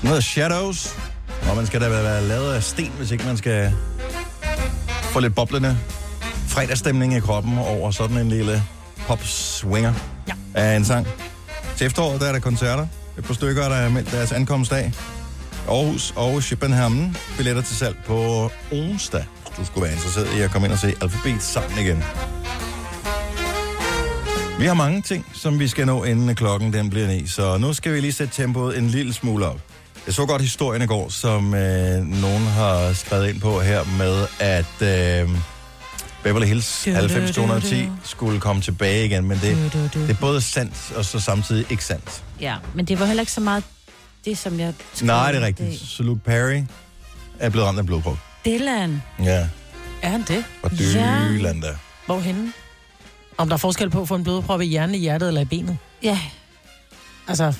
S1: Den hedder Shadows. Og man skal da være- være lavet af sten, hvis ikke man skal få lidt boblende fredagsstemning i kroppen over sådan en lille pop-swinger ja. af en sang. Til efteråret der er der koncerter. Et par stykker, der er meldt deres ankomstdag. Aarhus og Schippenhamn. Billetter til salg på onsdag, hvis du skulle være interesseret i at komme ind og se Alphabet sammen igen. Vi har mange ting, som vi skal nå, inden klokken den bliver ni, så nu skal vi lige sætte tempoet en lille smule op. Jeg så godt historien i går, som øh, nogen har skrevet ind på her med, at øh, Beverly Hills 90210 skulle komme tilbage igen, men det, det er både sandt og så samtidig ikke sandt.
S3: Ja, men det var heller ikke så meget det, som jeg... skrev.
S1: Nej, det er rigtigt. Så Luke Perry er blevet ramt af en blodprop.
S3: Dylan.
S1: Ja,
S2: Er han det?
S1: og Dylan da.
S2: Hvorhenne? Om der er forskel på at få en blodprop i hjernen, i hjertet eller i benet?
S3: Ja.
S2: Altså,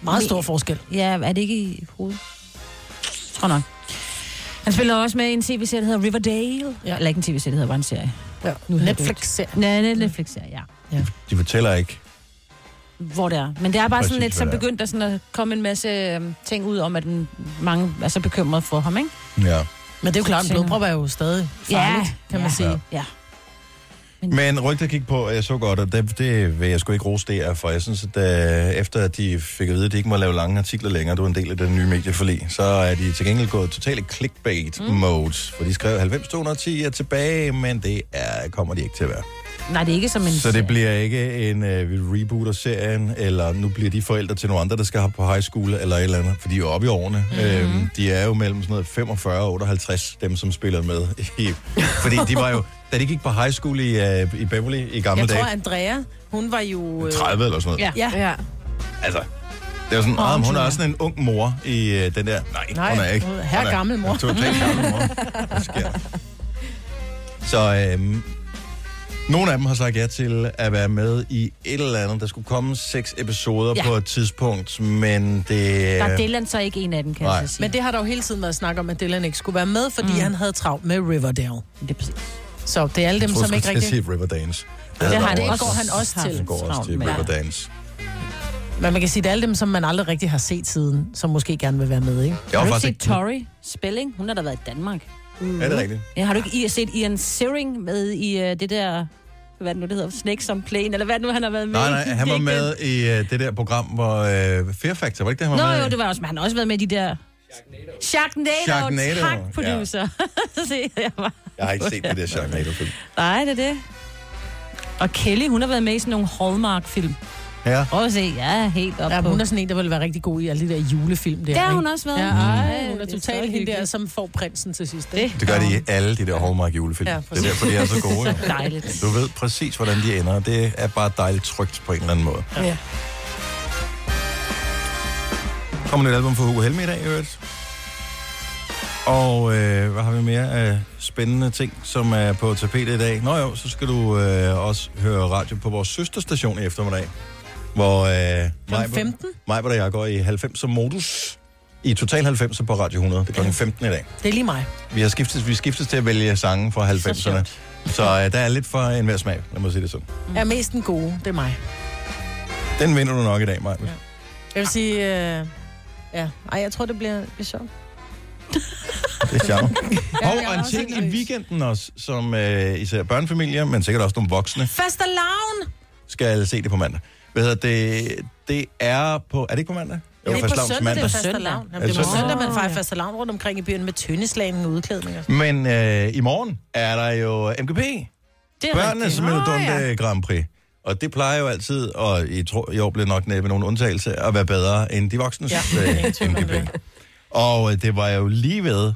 S2: meget
S3: Men-
S2: stor forskel.
S3: Ja, er det ikke i hovedet? Tror nok. Han spiller også med i en tv-serie, der hedder Riverdale. Ja. Eller ikke en tv-serie, det hedder bare en serie.
S2: Ja. Netflix-serie.
S3: Nej, det er en Netflix-serie, ja.
S1: De fortæller ikke.
S3: Hvor det er. Men det er bare
S1: Præcis,
S3: sådan lidt,
S1: hvad
S3: så
S1: det er.
S3: begyndte der sådan at komme en masse øhm, ting ud om, at den- mange er så bekymrede for ham, ikke?
S1: Ja.
S2: Men det er jo klart, en blodprop er jo stadig farligt,
S3: Ja,
S2: kan man
S3: ja,
S2: sige.
S3: Ja.
S1: Men rygtet gik på, og jeg så godt, og det, det vil jeg sgu ikke rose DR for. Jeg synes, at øh, efter at de fik at vide, at de ikke må lave lange artikler længere, du er en del af den nye medieforlig, så er de til gengæld gået totalt i clickbait-mode. Mm. For de skrev 90-210 er tilbage, men det er, kommer de ikke til at være.
S3: Nej, det er ikke som en
S1: Så det bliver ikke en øh, vi rebooter serien, eller nu bliver de forældre til nogle andre, der skal have på high school, eller et eller andet, for de er jo oppe i årene.
S2: Mhm.
S1: Mm-hmm. Øhm, de er jo mellem sådan noget 45 og 58, dem som spillede med. I, fordi de var jo, da de gik på high school i, øh, i Beverly i gamle
S2: Jeg
S1: dage,
S2: tror, Andrea, hun var jo... øh,
S1: 30 eller sådan noget.
S2: Ja. ja. ja.
S1: altså, det var sådan,
S2: Åh,
S1: oh, hun er
S2: Julia."
S1: også sådan en ung mor i øh, den der. Nej,
S2: Nej,
S1: hun er ikke.
S2: hun er herre
S1: Hun
S2: gammel mor.
S1: Totalt gammel mor. Hvad sker der? Så øhm, nogle af dem har sagt ja til at være med i et eller andet. Der skulle komme seks episoder
S3: Ja.
S1: ja. på et tidspunkt, men det... øh,
S3: Der er Dylan så ikke en af dem, kan Nej.
S1: Nej.
S3: jeg så sige.
S2: Men det har der jo hele tiden været snak om, at Dylan ikke skulle være med, fordi mm. han havde travlt med Riverdale.
S3: Det er præcis.
S2: Så det er alle
S1: Jeg
S2: dem,
S1: troede,
S2: som
S1: jeg
S2: ikke
S1: skulle til
S2: rigtig...
S1: at sige Riverdance.
S2: Det
S1: havde
S2: har
S1: der
S2: han-
S1: også-
S2: det går han også til.
S1: Han går også
S2: Travlt
S1: til
S2: med.
S1: Riverdance.
S2: Men man kan sige, det er alle dem, som man aldrig rigtig har set siden, som måske gerne vil være med, ikke?
S3: har du ikke set Tori Spelling? Hun har da været i Danmark. Mm.
S1: Er det rigtigt?
S3: Ja, har du ikke i- set Ian Searing med i øh, det der... Hvad er det nu, det hedder? Snakes on Plane? Eller hvad er det nu, han har været med
S1: Nej,
S3: i?
S1: nej, han var
S3: Det er ikke
S1: med i øh, det der program, hvor øh, Fear Factor, var det ikke det,
S3: den.
S1: han var med
S3: Nå
S1: i?
S3: jo, det var også... Men han har også været med i de der... Sharknado. Sharknado.
S1: Sharknado,
S3: Tak, producer. Ja. Se, jeg var...
S1: Jeg har ikke set det der Sharknado-film.
S3: Nej, det er det. Og Kelly, hun har været med i sådan nogle Hallmark-film.
S1: Ja.
S3: Prøv at se, ja, helt op
S2: Ja,
S3: på.
S2: hun er sådan en, der ville være rigtig god i alle de der julefilm der.
S3: Det har
S2: ikke?
S3: hun også været.
S2: Ja,
S3: Mm.
S2: ej,
S3: Ej,
S2: hun er
S3: det er så
S2: totalt hende der, som får prinsen til sidst. ikke?
S1: Det gør de i alle de der Hallmark julefilm.
S2: Ja,
S1: Ja, det er
S2: præcis.
S1: derfor, de er så gode. jo.
S2: Så dejligt.
S1: Du ved præcis, hvordan de ender, og det er bare dejligt trygt på en eller anden måde.
S2: Ja.
S1: Kommer et album for Hugo Helme i dag, i øvrigt. Og øh, hvad har vi mere øh, spændende ting, som er på tapetet i dag? Nå jo, så skal du øh, også høre radio på vores søsterstation i eftermiddag. Hvor øh, Majbert-
S2: 15?
S1: Majbert og jeg går i 90'er modus. I total 90'er på Radio 100. Det er klokken 15 i dag.
S2: Det er lige mig.
S1: Vi har skiftet, vi skiftes til at vælge sange fra 90'erne. Så, så øh, der er lidt for enhver smag, lad mig sige det sådan.
S2: Er mest den gode, det er mig.
S1: Den vinder du nok i dag, Maja. Ja.
S2: Jeg vil sige... Øh, ja, ej, jeg tror, det bliver, det bliver sjovt.
S1: Det er sjovt.
S2: Ja,
S1: og,
S2: jeg er
S1: og en
S2: også
S1: ting i
S2: nervøs.
S1: weekenden også, som øh, især børnefamilier, men sikkert også nogle voksne,
S2: Faste lavn!
S1: skal se det på mandag. Hvad hedder det? Det er på... Er det ikke på mandag? Altså-
S2: Jo, det er på
S1: fastelavns
S2: søndag, det er fastelavn.
S1: Er
S2: Jamen,
S1: det
S2: det er på
S1: søndag?
S2: søndag, man fejrer fastelavn rundt omkring i byen med tøndeslagning og udklædning. og sådan.
S1: Men øh, i morgen er der jo MGP.
S2: Det er
S1: Børnenes
S2: rigtigt. Nå,
S1: Melodunde
S2: ja.
S1: ja. Grand Prix. Og det plejer jo altid, og i, tro, i år bliver nok næppe nogen undtagelse, at være bedre end de voksnes ja. øh, MGP. Og øh, det var jo lige ved,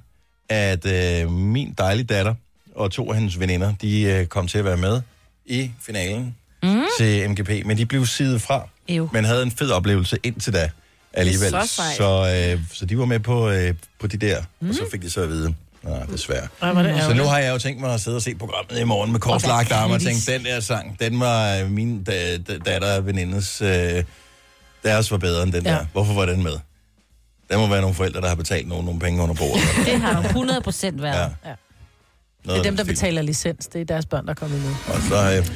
S1: at øh, min dejlige datter og to af hendes veninder, de øh, kom til at være med i finalen mm. til MGP, men de blev sidet fra.
S3: Ew.
S1: Men havde en fed oplevelse indtil da alligevel.
S3: Det er så sejt.
S1: så, øh, så de var med på, øh, på de der, mm. og så fik de så at vide, nej, desværre.
S2: Ej, hvor er det
S1: så nu
S2: ærgerligt.
S1: har jeg jo tænkt mig at sidde og se programmet i morgen med
S2: Og være
S1: korslagt arme og
S2: kritisk.
S1: tænke, den der sang, den var øh, min da, da, datter og venindes, øh, deres var bedre end den
S3: Ja.
S1: ja. der. Hvorfor var den med? Der må være nogle forældre, der har betalt nogen nogle penge under bordet.
S3: Det har 100 procent været. Ja.
S2: Det er
S1: Noget af
S2: dem, der
S1: den stil.
S2: betaler licens. Det er deres børn, der er kommet med.
S1: Og så, øh,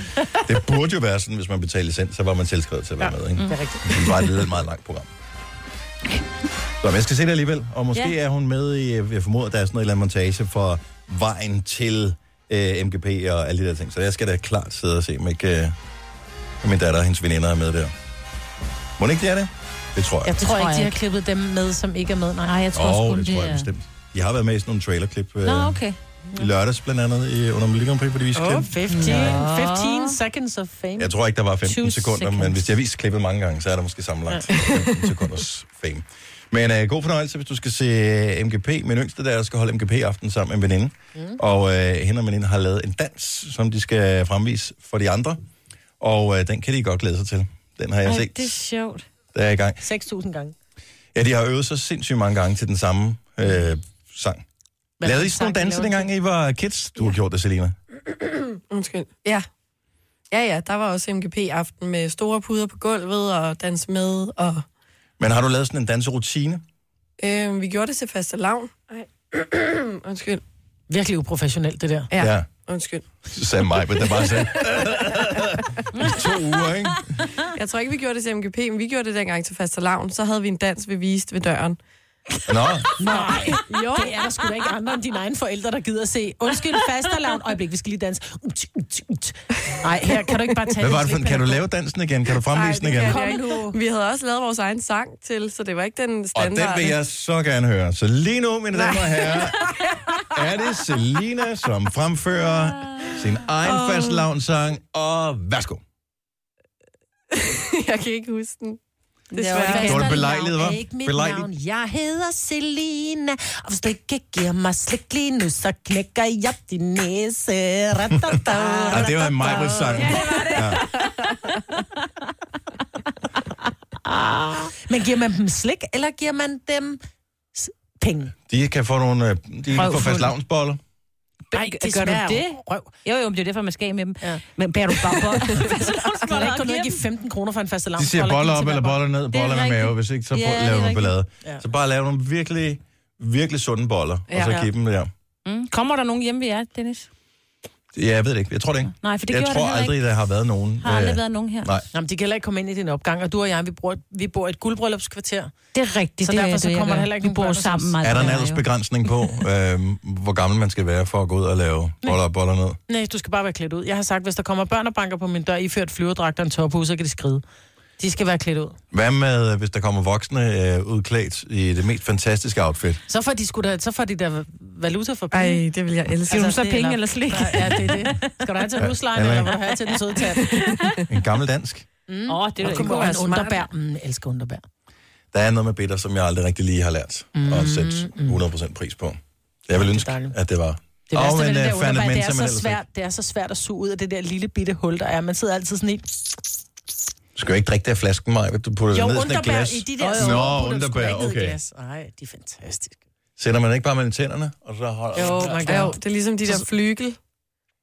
S1: det burde jo være sådan, hvis man betaler licens, så var man tilskrevet til at være ja, med. Ikke?
S2: det er rigtigt.
S1: Det var et lidt meget langt program. Så men jeg skal se det alligevel, og måske
S2: Ja.
S1: ja. er hun med i, øh, jeg formoder, der er sådan noget eller andet montage for vejen til øh, MGP og alle de der ting. Så jeg skal da klart sidde og se, om ikke øh, om min datter og hendes veninder er med der. Må det ikke, de er det? Det tror jeg.
S2: Jeg tror ikke, de har
S3: ikke.
S2: klippet dem med, som ikke er med. Nej,
S3: jeg
S1: Åh, oh, det tror jeg bestemt. De har været med i sådan nogle trailerklip øh,
S2: Nå, okay.
S1: i lørdags blandt andet i, under Melodi Grand Prix, fordi vi skal
S2: Oh,
S1: klip.
S2: 15, 15 seconds of fame.
S1: Jeg tror ikke, der var 15
S2: Two
S1: sekunder, seconds. men
S2: seconds.
S1: hvis jeg har vist klippet mange gange, så er der måske sammenlagt 15 sekunders fame. Men øh, god fornøjelse, hvis du skal se øh, MGP. Min yngste der skal holde MGP-aften sammen med en veninde. Mm. Og øh, hende og veninde har lavet en dans, som de skal fremvise for de andre. Og øh, den kan de godt glæde sig til. Den har jeg
S2: Ej,
S1: set.
S2: det er sjovt.
S1: Der er i gang.
S2: 6.000 gange.
S1: Ja, de har øvet sig sindssygt mange gange til den samme øh, sang.
S2: Hvad
S1: lavede I
S2: for
S1: sådan
S2: en sang,
S1: nogle
S2: de
S1: danse,
S2: laver?
S1: dengang I var kids? Du har gjort det, Selina.
S5: Undskyld. Ja. Ja, ja, der var også MGP-aften med store puder på gulvet og dans med, og
S1: Men har du lavet sådan en danserutine?
S5: øh, vi gjorde det til faste lavn. Undskyld.
S2: Virkelig uprofessionelt, det der.
S5: Ja.
S1: ja.
S5: Undskyld.
S1: Så sagde mig, men der bare sagde, to uger, ikke?
S5: Jeg tror ikke, vi gjorde det til MGP, men vi gjorde det dengang til faste lavn. Så havde vi en dans, vi viste ved døren.
S1: Nå,
S2: Nej, jo. det er der sgu da ikke andre end dine egne forældre, der gider at se. Undskyld, fastelavn. Øjeblik, vi skal lige danse. Ut, ut, ut. Nej, her kan du ikke bare tage
S1: hvad var det
S2: lidt
S1: for en? Kan du
S2: slik,
S1: lave dansen igen? Kan du fremvise den
S5: det
S1: igen?
S5: kan jeg ikke. Vi havde også lavet vores egen sang til, så det var ikke den
S1: Og den
S5: standard.
S1: vil jeg så gerne høre. Så lige nu, mine damer og herrer, er det Selina, som fremfører sin egen
S5: Åh.
S1: oh. fastlavnsang. Og værsgo.
S5: jeg kan ikke huske den.
S1: Nå,
S5: Desværre.
S1: det var det belejligt,
S2: Navn er
S1: hva'?
S2: ikke mit
S1: Belejligt.
S2: navn. Jeg hedder Selina, og hvis du ikke giver mig slik lige nu, så knækker jeg din næse. Ratata,
S1: Ja, det var en Majbrits sang. Ja,
S2: Ah. Men giver man dem slik, eller giver man dem s- penge?
S1: De kan få nogle, øh, de kan få
S3: Røvfuld.
S1: fastlavnsboller.
S3: Nej,
S2: det
S3: gør du
S2: smager
S3: det?
S2: Røv.
S3: Jo, jo, men det er derfor, man skal af med dem.
S2: Ja.
S3: Men bærer du bare på?
S2: Kan man ikke gå ned og give 15 kroner for en faste lavn?
S1: De siger boller op eller boller ned, boller med mave, hvis ikke, så
S2: Ja, det
S1: ja,
S2: er
S1: laver man
S2: rigtigt.
S1: ballade.
S2: Ja.
S1: Så bare lave nogle virkelig, virkelig sunde boller,
S3: Ja.
S1: og så
S3: Ja.
S1: give dem der.
S3: Mm. Kommer der nogen hjemme ved jer, Dennis?
S1: Ja, jeg ved det ikke. Jeg tror det ikke.
S3: Nej, for det
S1: jeg
S3: gjorde
S1: tror
S3: der heller
S1: aldrig, der har været nogen.
S3: Har aldrig
S1: øh,
S3: været nogen her.
S1: Nej.
S2: Jamen, de kan heller ikke komme ind i din opgang, og du og jeg, vi bor, vi bor i et guldbryllupskvarter.
S3: Det er rigtigt.
S2: Så
S3: det er
S2: derfor så
S3: det, jeg
S2: kommer der
S3: gør.
S2: heller ikke
S3: Vi
S2: nogen
S3: bor
S2: børn
S3: jo
S2: hos os.
S3: sammen meget.
S1: Er der en aldersbegrænsning på, øh, hvor gammel man skal være for at gå ud og lave boller op, boller ned?
S2: Nej, du skal bare være klædt ud. Jeg har sagt, hvis der kommer børn og banker på min dør, iført flyverdragter og en tophus, så kan de skride. De skal være klædt ud.
S1: Hvad med, øh, hvis der kommer voksne øh, udklædt i det mest fantastiske outfit?
S2: Så får de, sgu da, så får de der valuta for penge. Altså,
S5: Ej, det vil jeg elske.
S3: Giver hun så penge eller slik?
S2: Nej, Ja, det er det. Skal du have til
S1: Ja,
S2: huslejen,
S1: eller
S2: eller
S1: ikke?
S2: vil du have til den søde tat?
S1: En gammel dansk?
S2: Mm.
S3: Åh, det er da
S2: Og
S3: ikke
S2: kunne være en
S3: smart.
S2: underbær. Mm, jeg elsker underbær.
S1: Der er noget med bitter, som jeg aldrig rigtig lige har lært
S2: Mm.
S1: at sætte 100% pris på. Jeg vil ønske, at det var...
S2: Det værste
S1: Åh,
S2: oh,
S1: men,
S2: ved det
S1: øh,
S2: der
S1: fandt
S2: underbær,
S1: man,
S2: det
S1: som
S2: er,
S1: man
S2: så
S1: ellers
S2: svært, det er så svært at suge ud af det der lille bitte hul, der er. Man sidder altid sådan i...
S1: ikke- Du skal jo ikke drikke det af flasken, Maja. Du putter
S2: Jo,
S1: det ned i sådan et
S2: underbær
S1: glas.
S2: i de der små putter, du
S1: Nå,
S2: sgu da
S1: underbær,
S2: ikke ned i
S1: okay.
S2: glas. Nej, de er fantastiske.
S1: Sætter man ikke bare mellem tænderne, og så holder
S2: Oh
S5: Jo, man kan. jo, det er ligesom de der flygel.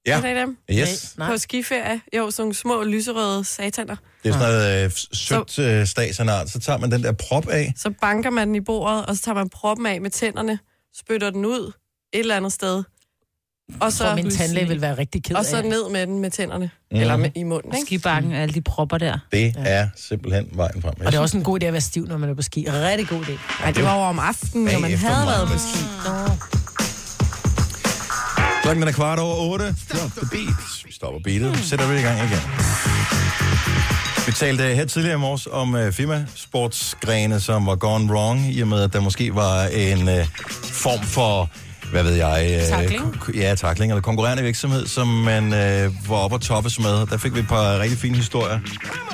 S1: Ja.
S5: Kender I dem?
S1: Yes.
S5: På skiferie. Jo, sådan nogle små lyserøde sataner.
S1: Det er sådan noget øh, sødt øh, stagsernart. Så tager man den der prop af.
S5: Så banker man den i bordet, og så tager man proppen af med tænderne, spytter den ud et eller andet sted. Og så,
S2: Tror, min tandlæge vil være rigtig ked
S5: og så
S2: af.
S5: ned med den med tænderne.
S1: Mhm.
S5: Mm. Eller med, i munden, ikke?
S3: Skibakken og alle de propper der.
S1: Det er simpelthen vejen frem.
S2: Og det er også en god idé at være stiv, når man er på ski. Rigtig god idé.
S5: Ej, det var jo om aftenen, når man
S1: Bagefter
S5: havde
S1: meget
S5: været på
S1: med
S5: ski.
S1: Klokken er kvart over otte. Drop the beat. Vi stopper beatet. Sætter vi i gang igen. Vi talte øh, her tidligere i morges om øh, firmasportsgrene, som var gone wrong, i og med, at der måske var en øh, form for, hvad ved jeg...
S16: Tackling?
S1: kon- Ja, takling, eller konkurrerende virksomhed, som man øh, var oppe og toppes med. Der fik vi et par rigtig fine historier.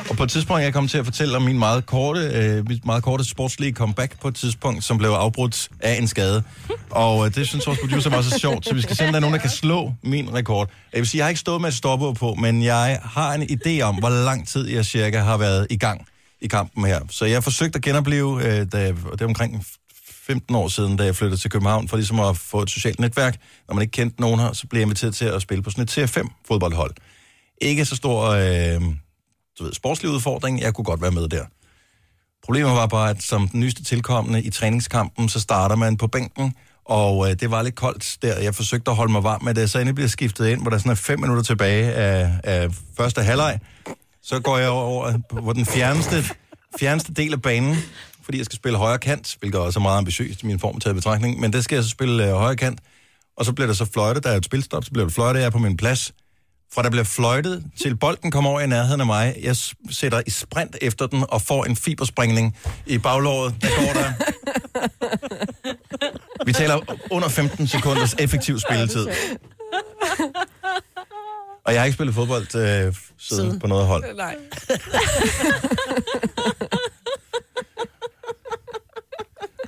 S1: Og på et tidspunkt, jeg kom til at fortælle om min meget korte, øh, mit meget korte sportslige comeback på et tidspunkt, som blev afbrudt af en skade. Og øh, det synes vores producer var så sjovt, så vi skal se, om der er nogen, der kan slå min rekord. Jeg vil sige, jeg har ikke stået med et stopord på, men jeg har en idé om, hvor lang tid jeg cirka har været i gang i kampen her. Så jeg forsøgte at genopleve, øh, da, det er omkring 15 år siden, da jeg flyttede til København, for ligesom at få et socialt netværk. Når man ikke kendte nogen her, så blev jeg inviteret til at spille på sådan et TF5-fodboldhold. Ikke så stor øh, du ved, sportslig udfordring, jeg kunne godt være med der. Problemet var bare, at som den nyeste tilkommende i træningskampen, så starter man på bænken, og øh, det var lidt koldt der. Jeg forsøgte at holde mig varm, men da jeg så endelig bliver skiftet ind, hvor der sådan er fem minutter tilbage af, af første halvleg, så går jeg over på den fjerneste, fjerneste del af banen, fordi jeg skal spille højre kant, hvilket også er meget ambitiøst i min form taget i betragtning, men det skal jeg så spille øh, højre kant, og så bliver der så fløjtet, der er et spilstop, så bliver det fløjtet, jeg er på min plads, fra der bliver fløjtet til bolden kommer over i nærheden af mig. Jeg s- sætter i sprint efter den og får en fiberspringning i baglåret. Der går der... Vi taler under 15 sekunders effektiv spilletid. Og jeg har ikke spillet fodbold øh, siden, siden på noget hold.
S5: Nej.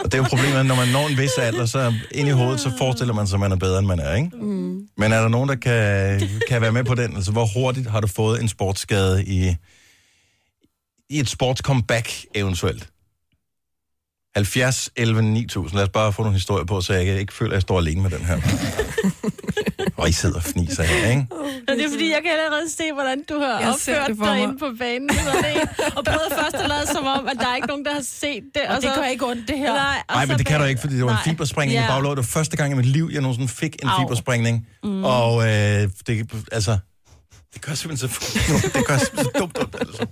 S1: det er jo problemet, når man når en vis alder, så ind i hovedet, så forestiller man sig, at man er bedre, end man er, ikke?
S5: Mm.
S1: Men er der nogen, der kan, kan være med på den? Altså, hvor hurtigt har du fået en sportsskade i, i et sportscomeback eventuelt? 70, 11, 9000. Lad os bare få nogle historier på, så jeg ikke- ikke føler, at jeg står alene med den her. Og I sidder og fniser her, ikke?
S3: Nå, det er fordi, jeg kan allerede se, hvordan du har
S5: Jeg har set
S3: opført
S5: det for
S3: dig
S5: mig.
S3: inde på banen. Så er det en. Og prøvede først at lade som om, at der er ikke nogen, der har set det.
S2: Og det gør ikke ondt, det her.
S3: Nej, og
S1: Nej,
S3: så
S1: men det kan du
S3: bag-
S1: ikke, fordi det var en
S3: Nej.
S1: fiberspringning
S3: Ja.
S1: i baglåret. Det var første gang i mit liv, jeg nogensinde fik en
S3: Au.
S1: fiberspringning.
S3: Mm.
S1: Og øh, det, altså, det gør simpelthen så, det gør simpelthen så dumt, dumt altså,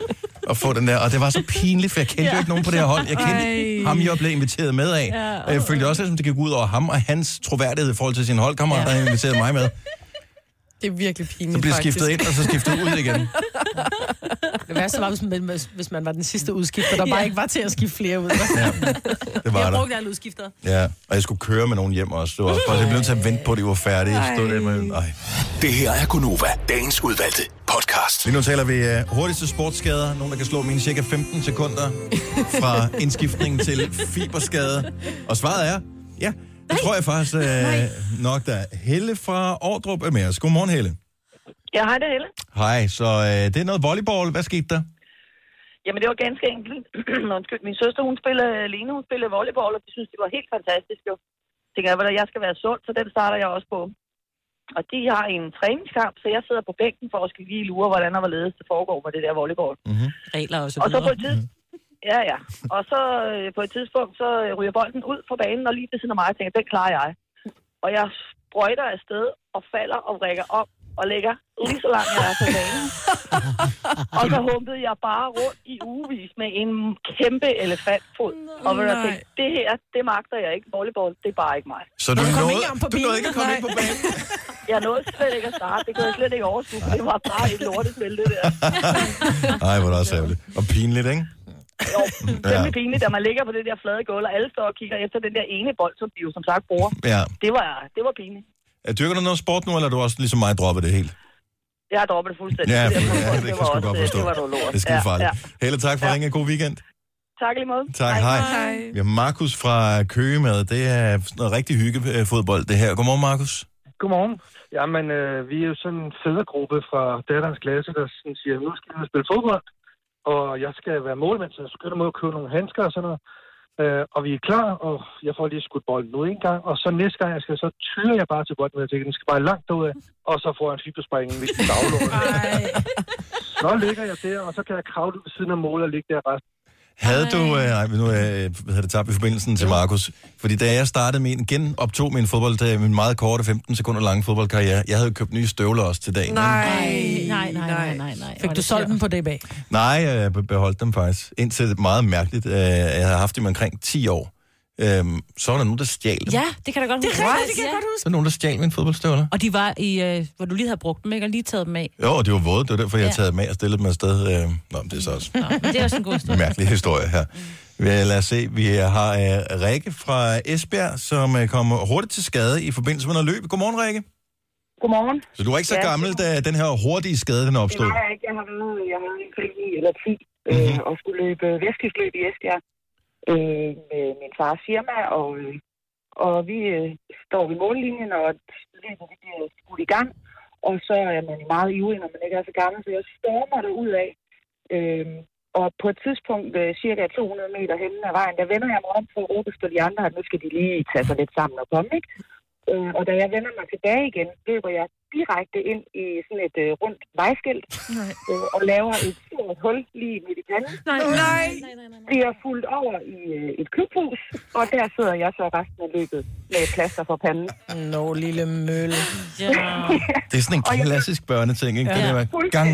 S1: at få den der. Og det var så pinligt, for jeg kendte ja. jo ikke nogen på det her hold. Jeg kendte
S16: Ej.
S1: Ej. ham, jeg blev inviteret med af.
S16: Ja,
S1: Ja. Jeg følte også, at det gik ud over ham og hans troværdighed i forhold til sin holdkammerat, ja. der inviterede mig med.
S5: Det er virkelig pinligt,
S1: Så
S2: Mm,
S1: blev
S5: faktisk.
S1: skiftet ind, og så skiftet ud igen.
S2: Det værste var, hvis man, hvis man var den sidste udskifter, der bare
S3: Ja.
S2: ikke var til at skifte flere ud.
S1: Det var
S2: jeg
S1: der.
S2: brugte alle udskifter.
S1: Ja, og jeg skulle køre med nogen hjem også. Det var også bare, jeg blev nødt til at vente på, at de var færdige. Jeg stod
S8: Ej.
S1: der med, nej.
S8: Det her er Gunova, dagens udvalgte podcast.
S1: Lige nu taler vi øh, hurtigste sportsskader. Nogen, der kan slå mine cirka 15 sekunder fra indskiftning til fiberskade. Og svaret er, ja, det tror jeg faktisk øh, nok, der er. Helle fra Ordrup er med os. Godmorgen, Helle.
S17: Jeg har det hele.
S1: Hej, så øh, det er noget volleyball. Hvad skete der?
S17: Jamen, det var ganske enkelt. Undskyld, min søster, hun spiller alene, hun spiller volleyball, og de synes, det var helt fantastisk. Jo. Tænker jeg, hvordan jeg skal være sund, så den starter jeg også på. Og de har en træningskamp, så jeg sidder på bænken for at skal lige lure, hvordan og hvorledes det foregår med det der volleyball.
S1: Mhm.
S3: Regler og så
S17: Og så
S3: videre.
S17: på et
S1: Mm-hmm.
S17: tidspunkt, ja, ja. Og så øh, på et tidspunkt, så øh, ryger bolden ud fra banen, og lige ved siden af mig, jeg tænker, den klarer jeg. Og jeg sprøjter afsted og falder og rækker op og ligger lige så langt, jeg er på banen. og så humpede jeg bare rundt i ugevis med en kæmpe elefantfod. og ved du, jeg tænkte, det her, det magter jeg ikke. Volleyball, det er bare ikke mig.
S1: Så du, nåede, du nåede ikke at komme ind på banen?
S17: Jeg nåede slet ikke at starte. Det kunne jeg slet ikke overskue, for det var bare et lortespil, det der.
S1: Nej, hvor er det også ærgerligt. Og pinligt, ikke?
S17: Jo,
S1: Ja.
S17: temmelig pinligt, da man ligger på det der flade gulv, og alle står og kigger efter den der ene bold, som de jo som sagt bruger.
S1: Ja.
S17: Det var, det var pinligt.
S1: Øh, Dyrker du noget sport nu, eller er du også ligesom mig droppet det helt?
S17: Jeg har droppet det fuldstændig.
S1: Ja, ja,
S17: Det
S1: det
S17: der
S1: kan
S17: fodbold,
S1: jeg
S17: var
S1: sgu
S17: også-
S1: godt forstå.
S17: Det var noget lort.
S1: Det er skide farligt.
S17: Ja, ja.
S1: Helle, tak for ringen. God weekend.
S17: Tak lige måde.
S1: Tak, hej. Vi har Markus fra Køge med. Det er sådan noget rigtig hyggefodbold, det her. Godmorgen, Markus.
S18: Godmorgen. Jamen, øh, vi er jo sådan en fædregruppe fra datterens klasse, der sådan siger, nu skal vi spille fodbold, og jeg skal være målmand, så jeg skynder mod at købe nogle handsker og sådan noget. Øh, og vi er klar, og jeg får lige skudt bolden ud en gang, og så næste gang, jeg skal, så tyrer jeg bare til bolden, og jeg tænker, den skal bare langt derudad, og så får jeg en fibersprængning midt i baglåret. Så ligger jeg der, og så kan jeg kravle ud ved siden af målet og ligge der resten.
S1: Havde du... Øh, nej, nu øh, havde det tabt i forbindelsen til Markus. Fordi da jeg startede min, igen optog min fodbold, øh, min meget korte 15 sekunder lange fodboldkarriere, jeg havde jo købt nye støvler også til dagen.
S2: Nej, nej, nej, nej, nej, nej. Fik du solgt den på det bag?
S1: Nej, øh, jeg be- beholdt dem faktisk. Indtil det meget mærkeligt. øh, Jeg havde haft dem omkring 10 år. Øhm, Så var der nogen, der stjal dem.
S3: Ja, det kan jeg da godt
S2: Det er
S3: huske.
S2: rigtigt, det kan jeg
S3: Ja.
S2: godt
S1: Så er der nogen, der stjal mine fodboldstøvler.
S3: Og de var i, øh, hvor du lige havde brugt dem, ikke? Og lige taget dem af.
S1: Jo, de var våde. Det var derfor, jeg
S3: Ja.
S1: havde taget dem af og stillet dem afsted. Øh, Nå, men det er så også
S3: Nå, men det er også en god historie.
S1: mærkelig historie her. Ja, Lad os se, vi har uh, Rikke fra Esbjerg, som uh, kommer hurtigt til skade i forbindelse med noget løb. Godmorgen, Rikke.
S17: Godmorgen.
S1: Så du var ikke så
S17: Ja,
S1: gammel, da den her hurtige skade den
S17: Det
S1: opstod?
S17: var jeg ikke. Jeg har været, jeg har været omkring 9 eller 10 øh,
S1: Mhm.
S17: og skulle løbe vestkysløb i Esbjerg øh, med min fars firma, og, øh, og vi øh, står ved mållinjen, og løbet det bliver skudt i gang, og så er man jo meget ivrig, når man ikke er så gammel, så jeg stormer der ud af. Øh, og på et tidspunkt, øh, cirka 200 meter henne af vejen, der vender jeg mig om for at råbe til de andre, at nu skal de lige tage sig lidt sammen og komme, ikke? Øh, og da jeg vender mig tilbage igen, løber jeg direkte ind i sådan et øh, rundt vejskilt øh, og laver et stort hul lige midt i panden.
S5: Nej, nej, nej,
S17: Bliver fuldt over i øh, et klubhus, og der sidder jeg så resten af løbet med et plaster for panden.
S2: Nå, lille mølle.
S1: Det er sådan en klassisk børneting, ikke?
S17: Ja.
S1: Det der med gang.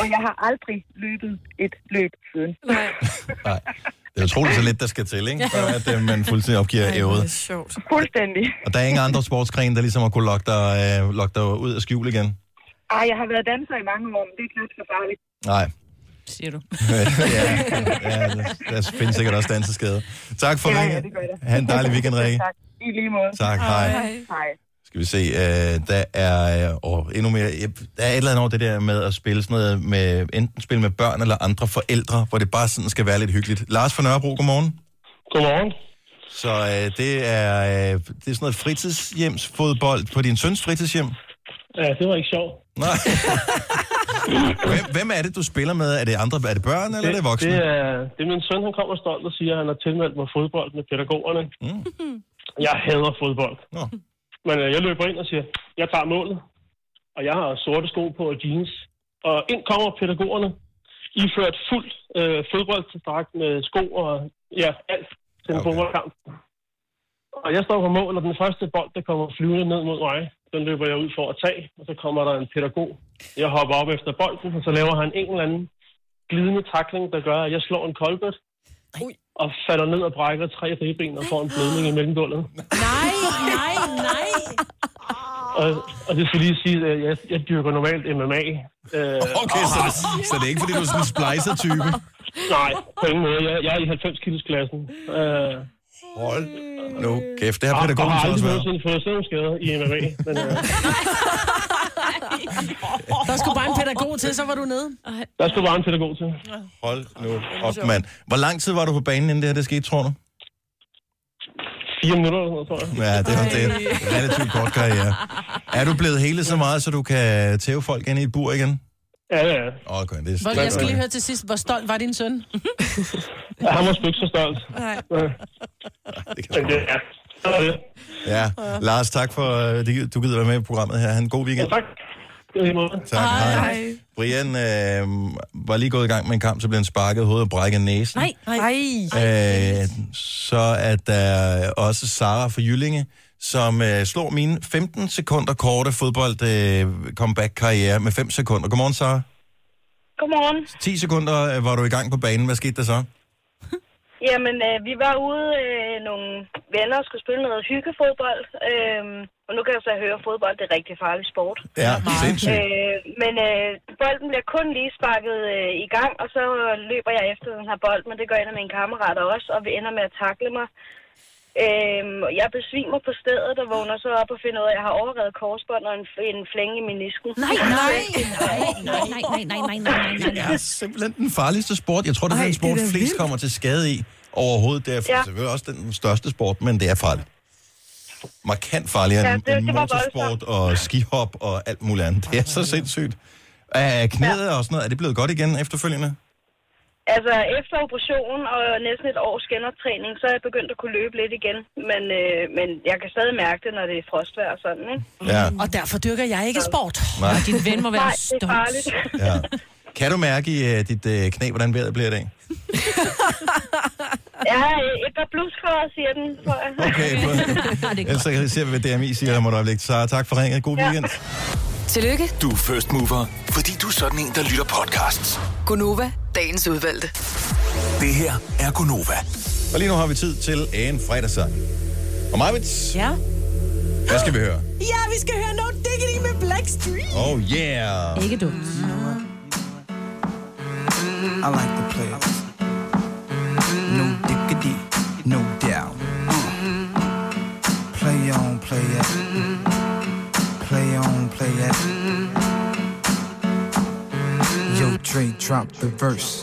S17: Og jeg har aldrig løbet et løb siden.
S1: Det er utroligt så lidt, der skal til, ikke? For at øh, man fuldstændig opgiver ævet.
S5: sjovt.
S17: Fuldstændig.
S1: Og der er ingen andre sportsgrene, der ligesom har kunnet lokke dig, øh, lokke dig ud af skjul igen?
S17: Ej, jeg har været danser i mange år, men det er knap så farligt.
S1: Nej.
S3: Siger du.
S1: ja, ja, der, der findes sikkert også danseskader. Tak for
S17: ja,
S1: ringen.
S17: ja, det gør det.
S1: Ha' en dejlig weekend, Rikke.
S17: Tak. I lige måde.
S1: Tak, hej.
S17: Hej.
S1: Skal vi se, øh, der er øh, åh, endnu mere, jeg, der er et eller andet over det der med at spille sådan noget med, enten spille med børn eller andre forældre, hvor det bare sådan skal være lidt hyggeligt. Lars fra Nørrebro, godmorgen.
S19: Godmorgen.
S1: Så øh, det, er, øh, det er sådan noget fritidshjemsfodbold på din søns fritidshjem?
S16: Ja, det var ikke sjovt.
S1: Nej. hvem, hvem er det, du spiller med? Er det andre? Er det børn, eller er det voksne?
S16: Det er, det er min søn, han kommer stolt og siger, at han har tilmeldt mig fodbold med pædagogerne. Mm. Jeg hader fodbold.
S1: Nå.
S16: Men øh, jeg løber ind og siger, jeg tager målet, og jeg har sorte sko på og jeans. Og ind kommer pædagogerne, iført fuld øh, fodbolddragt med sko og ja, alt til en okay. fodboldkamp. Og jeg står på mål, og den første bold, der kommer flyvende ned mod mig, den løber jeg ud for at tage, og så kommer der en pædagog. Jeg hopper op efter bolden, og så laver han en eller anden glidende takling, der gør, at jeg slår en kolbet, og falder ned og brækker tre ribben og får en blødning i mellemgulvet.
S2: Nej, nej, nej.
S16: Og, og det skal lige sige, at jeg, jeg dyrker normalt MMA. Øh,
S1: Okay, så, så det er ikke, fordi du er sådan en splicer-type?
S16: Nej, på ingen måde. Jeg, jeg er i 90-kilosklassen. Øh,
S1: Hold nu kæft, det
S16: og-
S1: har
S16: og
S1: pædagogen
S16: har
S1: så
S16: aldrig
S1: også været.
S16: nogensinde fået sådan skade i MMA. Men, øh,
S2: Der skulle bare en pædagog til, så var du nede.
S16: der skulle bare en pædagog til.
S1: Hold nu op, mand. Hvor lang tid var du på banen, inden det her det skete, tror du?
S16: Fire minutter eller sådan noget, tror jeg.
S1: Ja, det var det. er en Relativt kort karriere. Er du blevet hele så meget, så du kan tæve folk ind i et bur igen?
S16: Ja, ja.
S1: Åh, okay, det er
S2: Hvor, jeg skal lige høre til sidst, hvor stolt var din søn?
S16: Ja, han var sgu ikke så stolt. Øh, Men det er... det var det.
S1: Ja, Lars, tak for, at du gider være med i programmet her. Han god weekend.
S16: Ja, tak. Det var i måde.
S1: Tak, hej. hej. Brian øh, var lige gået i gang med en kamp, så blev han sparket i hovedet og brækket næsen.
S3: Nej, nej.
S1: Øh, så er der også Sara fra Jyllinge, som øh, slår mine 15 sekunder korte fodbold øh, comeback-karriere med 5 sekunder. Godmorgen, Sara.
S13: Godmorgen.
S1: 10 sekunder øh, var du i gang på banen. Hvad skete der så?
S13: Jamen, øh, vi var ude øh, nogle venner og skulle spille noget hyggefodbold. Øh, og nu kan jeg så høre, at fodbold det er rigtig farlig sport.
S1: Ja, sindssygt.
S13: Øh, men øh, bolden bliver kun lige sparket øh, i gang, og så løber jeg efter den her bold, men det gør en af mine kammerater også, og vi ender med at takle mig. Øhm, og jeg besvimer på stedet og vågner så op og finder ud af, at jeg har overrevet korsbånd og en, en flænge i menisken.
S3: Nej, nej, nej, nej, nej, nej, nej, nej, nej,
S1: Det er simpelthen den farligste sport. Jeg tror, det er den sport, flest kommer til skade i overhovedet. Det er
S13: Ja.
S1: ja. selvfølgelig også den største sport, men det er farligt. Markant farligere
S13: Ja,
S1: end,
S13: det-
S1: end
S13: det var
S1: motorsport og skihop og alt muligt andet. Det er så sindssygt. Er knæet og sådan noget, er det blevet godt igen efterfølgende?
S13: Altså, efter operationen og næsten et års genoptræning, så er jeg begyndt at kunne løbe lidt igen. Men, øh, men jeg kan stadig mærke det, når det er frostvejr og sådan, ikke?
S1: Ja.
S2: Og derfor dyrker jeg ikke sport.
S1: Nej.
S3: Og din ven må være
S13: Nej, det er
S3: stolt.
S13: farligt.
S1: Ja. Kan du mærke i uh, dit uh, knæ, hvordan vejret bliver i dag?
S13: Jeg har øh, et par bluskrader, siger den, tror jeg.
S1: Okay, Ellers så ser vi, hvad DMI siger om et øjeblik. Så tak for ringet. God weekend.
S7: Tillykke,
S8: Du er first mover, fordi du er sådan en, der lytter podcasts.
S7: Gunova, dagens udvalgte.
S8: Det her er Gunova.
S1: Og lige nu har vi tid til en fredagssang. Og Marvits,
S2: Ja.
S1: hvad skal vi høre?
S2: Ja, vi skal høre No Diggity med Black Street.
S1: Oh yeah!
S3: Ikke dumt.
S6: I like the players. No diggity, no doubt. Play on, play it. Play on, play it. Yo, Dre, drop the verse.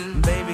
S9: Baby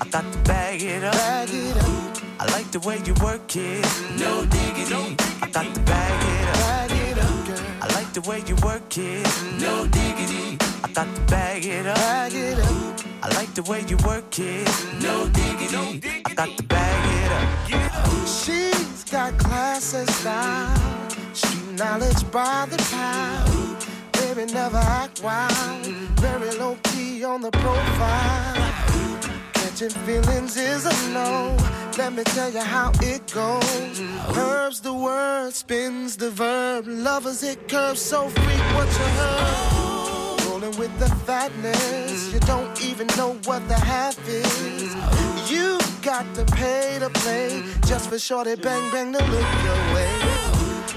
S9: I got to bag it up. Bag it up. I like the way you work it, no diggity. I got to bag it up. Bag it up, girl. I like the
S20: the way you work it. No diggity. I thought to bag it up. Bag it up. I like the way you work it. No diggity. I thought to bag it up.
S21: She's got class and style. She knowledge by the pound. Baby never act wild. Very low key on the profile. Catching feelings is a no. Let me tell you how it goes. Herbs the word, spins the verb. Lovers it curves so freak what you heard. Rolling with the fatness, you don't even know what the half is. You got to pay to play just for shorty bang bang to look your way.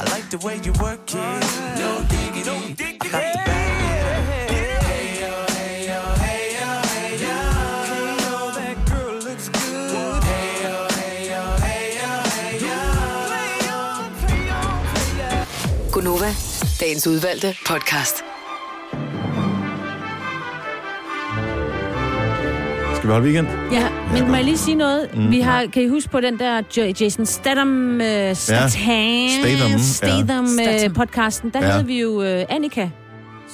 S20: I like the way you work it. No diggity. No diggity. I thought to bag it up. Hey, yo, hey, yo, hey, yo, hey, yo. Hey, yo, that girl looks good. Hey, yo, hey, yo, hey, yo, hey, yo. Play on, play on, play on.
S7: Gunova, dagens udvalgte podcast.
S1: Skal vi holde weekend?
S3: Ja, men må jeg lige sige noget?
S1: Mm.
S3: Mm. Vi har, kan I huske på den der J- Jason Statham, uh,
S1: Statham,
S3: Statham,
S1: ja.
S3: Statham, uh, podcasten, der
S1: Ja.
S3: ja. havde vi jo uh, Annika,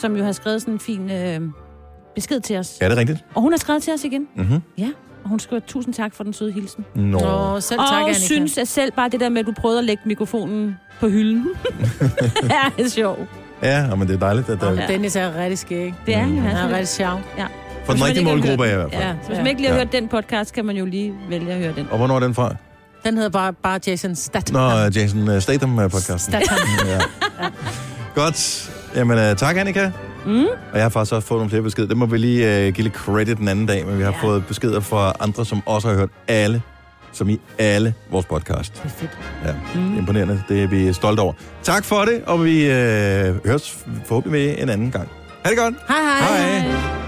S3: som jo har skrevet sådan en fin uh, besked til os.
S1: Er det rigtigt?
S3: Og hun har skrevet til os igen.
S1: Mhm.
S3: Ja, og hun skriver tusind tak for den søde hilsen.
S1: Nå. Nå,
S2: selv tak,
S3: og
S2: Annika.
S3: synes at selv bare det der med, at du prøvede at lægge mikrofonen på hylden. ja, det er sjovt.
S1: Ja, men det er dejligt, at øh, der...
S2: Ja. Dennis er rigtig skæg.
S3: Det er han,
S2: Han er
S3: altså.
S2: rigtig sjov.
S3: Ja.
S1: For
S3: Hvis
S1: den
S3: man
S1: rigtige
S3: ikke har
S1: målgruppe er
S3: hørt-
S1: jeg i hvert fald.
S3: Ja, så hvis man ikke lige har
S1: Ja.
S3: hørt den podcast, kan man jo lige vælge at høre den.
S1: Og hvornår er den fra?
S2: Den hedder bare, bare Jason Statham.
S1: Nå, Jason øh, Statham-podcasten.
S2: Statham.
S1: ja. Godt. Jamen, øh, tak Annika.
S3: Mm.
S1: Og jeg har faktisk også fået nogle flere beskeder. Det må vi lige øh, give lidt credit den anden dag, men vi har ja. fået beskeder fra andre, som også har hørt alle, som i alle vores podcast. Det er
S2: fedt.
S1: Ja, mm. imponerende. Det er vi stolte over. Tak for det, og vi øh, høres forhåbentlig med en anden gang. Ha' det godt.
S2: Hej hej. hej.